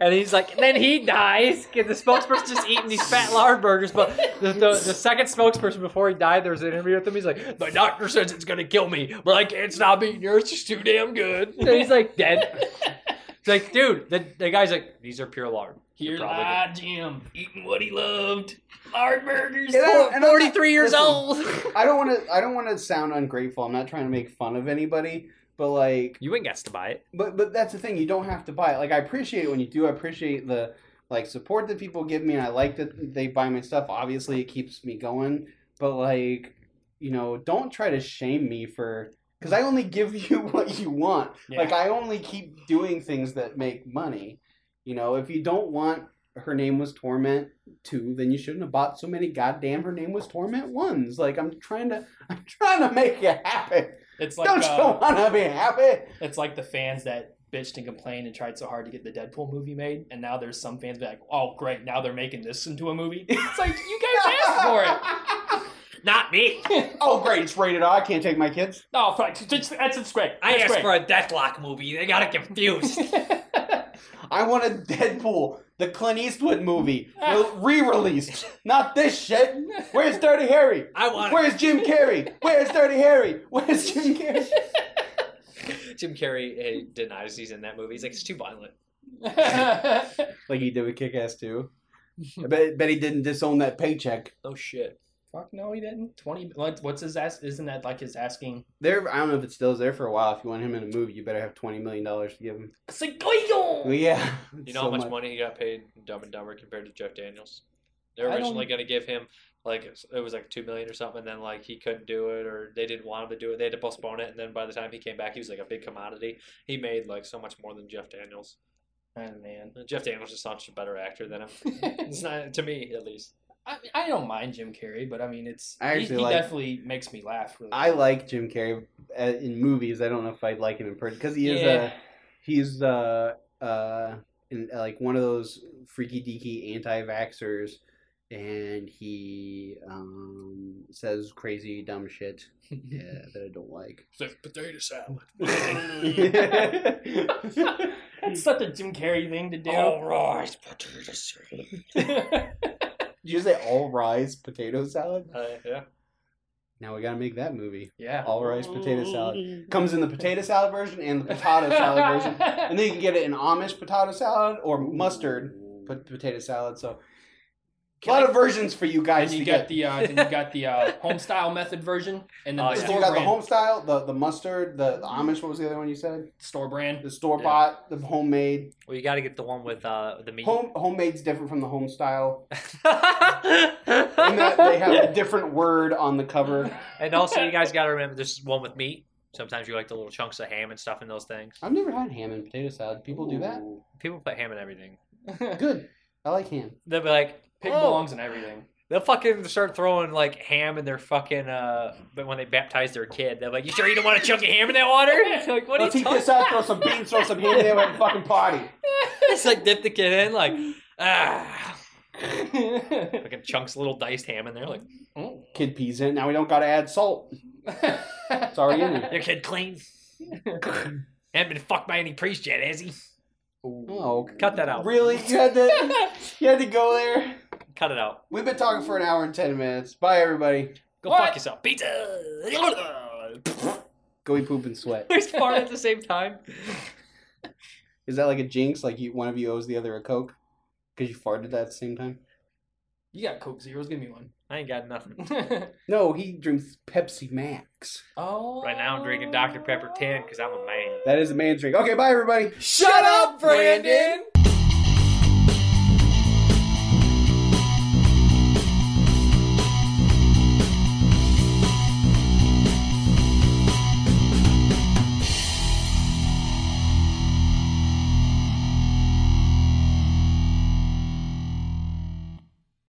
D: And he's like, then he dies. 'cause the spokesperson's just eating these fat lard burgers. But the, the, the second spokesperson before he died, there was an interview with him. He's like, the doctor says it's gonna kill me, but I can't stop eating yours. It's too damn good. And he's like dead. It's like, dude, the, the guy's like, these are pure lard.
B: Here's
D: probably
B: my Jim eating what he loved. Lard burgers.
C: And I don't- and I'm not-
D: Forty-three years
C: listen,
D: old.
C: I don't want to. I don't want to sound ungrateful. I'm not trying to make fun of anybody. But like,
D: You ain't got to buy it.
C: but but that's the thing. You don't have to buy it. Like I appreciate it when you do. I appreciate the like support that people give me, and I like that they buy my stuff. Obviously, it keeps me going. But like, you know, don't try to shame me for because I only give you what you want.
B: Yeah.
C: Like I only keep doing things that make money. You know, if you don't want her name was torment two, then you shouldn't have bought so many goddamn her name was torment ones. Like I'm trying to, I'm trying to make it happen.
B: It's like
C: don't you
B: uh,
C: want to be happy?
B: it's like the fans that bitched and complained and tried so hard to get the Deadpool movie made, and now there's some fans be like, "Oh, great! Now they're making this into a movie." It's like you guys asked for it.
D: Not me.
C: oh great, it's rated R. I can't take my kids.
B: No, Oh, fuck, that's it's great.
D: I
B: That's
D: asked
B: great.
D: for a Deathlock movie. They got it confused.
C: I want a Deadpool, the Clint Eastwood movie, re-released. Not this shit. Where's Dirty Harry?
D: I want
C: Where's Jim Carrey? Where's Dirty Harry? Where's Jim Carrey?
D: Jim Carrey eh, denies he's in that movie. He's like, it's too violent.
C: Like he did with Kick Ass too. I bet, bet he didn't disown that paycheck.
D: Oh shit.
B: Fuck no, he didn't. Twenty. what- What's his ass? Isn't that like his asking?
C: There, I don't know if it still is there for a while. If you want him in a movie, you better have twenty million dollars to give him.
B: It's like, "Goyo!"
C: Well, yeah,
D: You know
C: so
D: how much, money he got paid in Dumb and Dumber compared to Jeff Daniels? They were
B: I
D: originally going to give him like it was like two million or something, and then like he couldn't do it, or they didn't want him to do it. They had to postpone it, and then by the time he came back, he was like a big commodity. He made like so much more than Jeff Daniels.
B: Oh, man,
D: Jeff Daniels is such a better actor than him. it's not to me at least.
B: I, I don't mind Jim Carrey, but I mean, it's
C: I
B: he,
C: actually
B: he
C: like-
B: definitely makes me laugh. Really,
C: I like Jim Carrey uh, in movies. I don't know if I'd like him in person because he is a he's uh uh in, like one of those freaky deaky anti-vaxxers, and he um says crazy dumb shit. Yeah, that I don't like.
D: potato salad.
B: that's such a Jim Carrey thing to do.
D: All right, potato salad.
C: Did you say all rise potato salad?
D: Uh, yeah.
C: Now we gotta make that movie.
B: Yeah,
C: All rice potato salad comes in the potato salad version and the potato salad version, and then you can get it in Amish potato salad or mustard pot- potato salad. So a lot of versions for you guys.
B: and you
C: to
B: got
C: get.
B: the uh, then you got the uh, home style method version, and then
D: Oh,
B: the
D: yeah.
C: So
B: store
C: you got the
B: brand.
C: home style, the, the mustard, the, the Amish. What was the other one you said?
B: store brand.
C: The store bought, the homemade.
D: Well, you got to get the one with uh, the meat.
C: Home homemade's different from the home style. And
D: and,
C: that they have a different word on the cover.
D: also, you guys got to remember this is one with meat. Sometimes you like the little chunks of ham and stuff in those things.
C: I've never had ham and potato salad. People do that.
D: People put ham in everything.
C: Good. I like ham.
D: They'll be like,
B: Pig
D: "Oh."
B: belongs in everything.
D: They'll fucking start throwing like ham in their fucking. uh But when they baptize their kid, they're like, "You sure you don't want a chunk of ham in that water?" It's like, "What
C: Let's
D: are you
C: eat
D: talking
C: this up. Throw some beans. Throw some ham in there. We have a fucking party.
D: It's like dip the kid in, like ah, fucking chunks little diced ham in there. Like
C: Kid peas in. it. Now we don't gotta add salt. It's already in there.
D: your kid clean. Haven't been fucked by any priest yet, has he?
C: Oh,
D: Cut that out.
C: really? You had to. You had to go there.
D: Cut it out.
C: We've been talking for an hour and ten minutes. Bye, everybody.
D: Go
B: What?
D: fuck yourself. Pizza.
C: Go eat poop and sweat.
D: There's fart at the same time.
C: Is that like a jinx? Like you, one of you owes the other a coke because you farted at the same time?
B: You got Coke Zeros. Give me one.
D: I ain't got nothing.
C: No, he drinks Pepsi Max.
B: oh.
D: Right now I'm drinking Dr Pepper 10 because I'm a man.
C: That is a man's drink. Okay, bye, everybody.
D: Shut up, Brandon!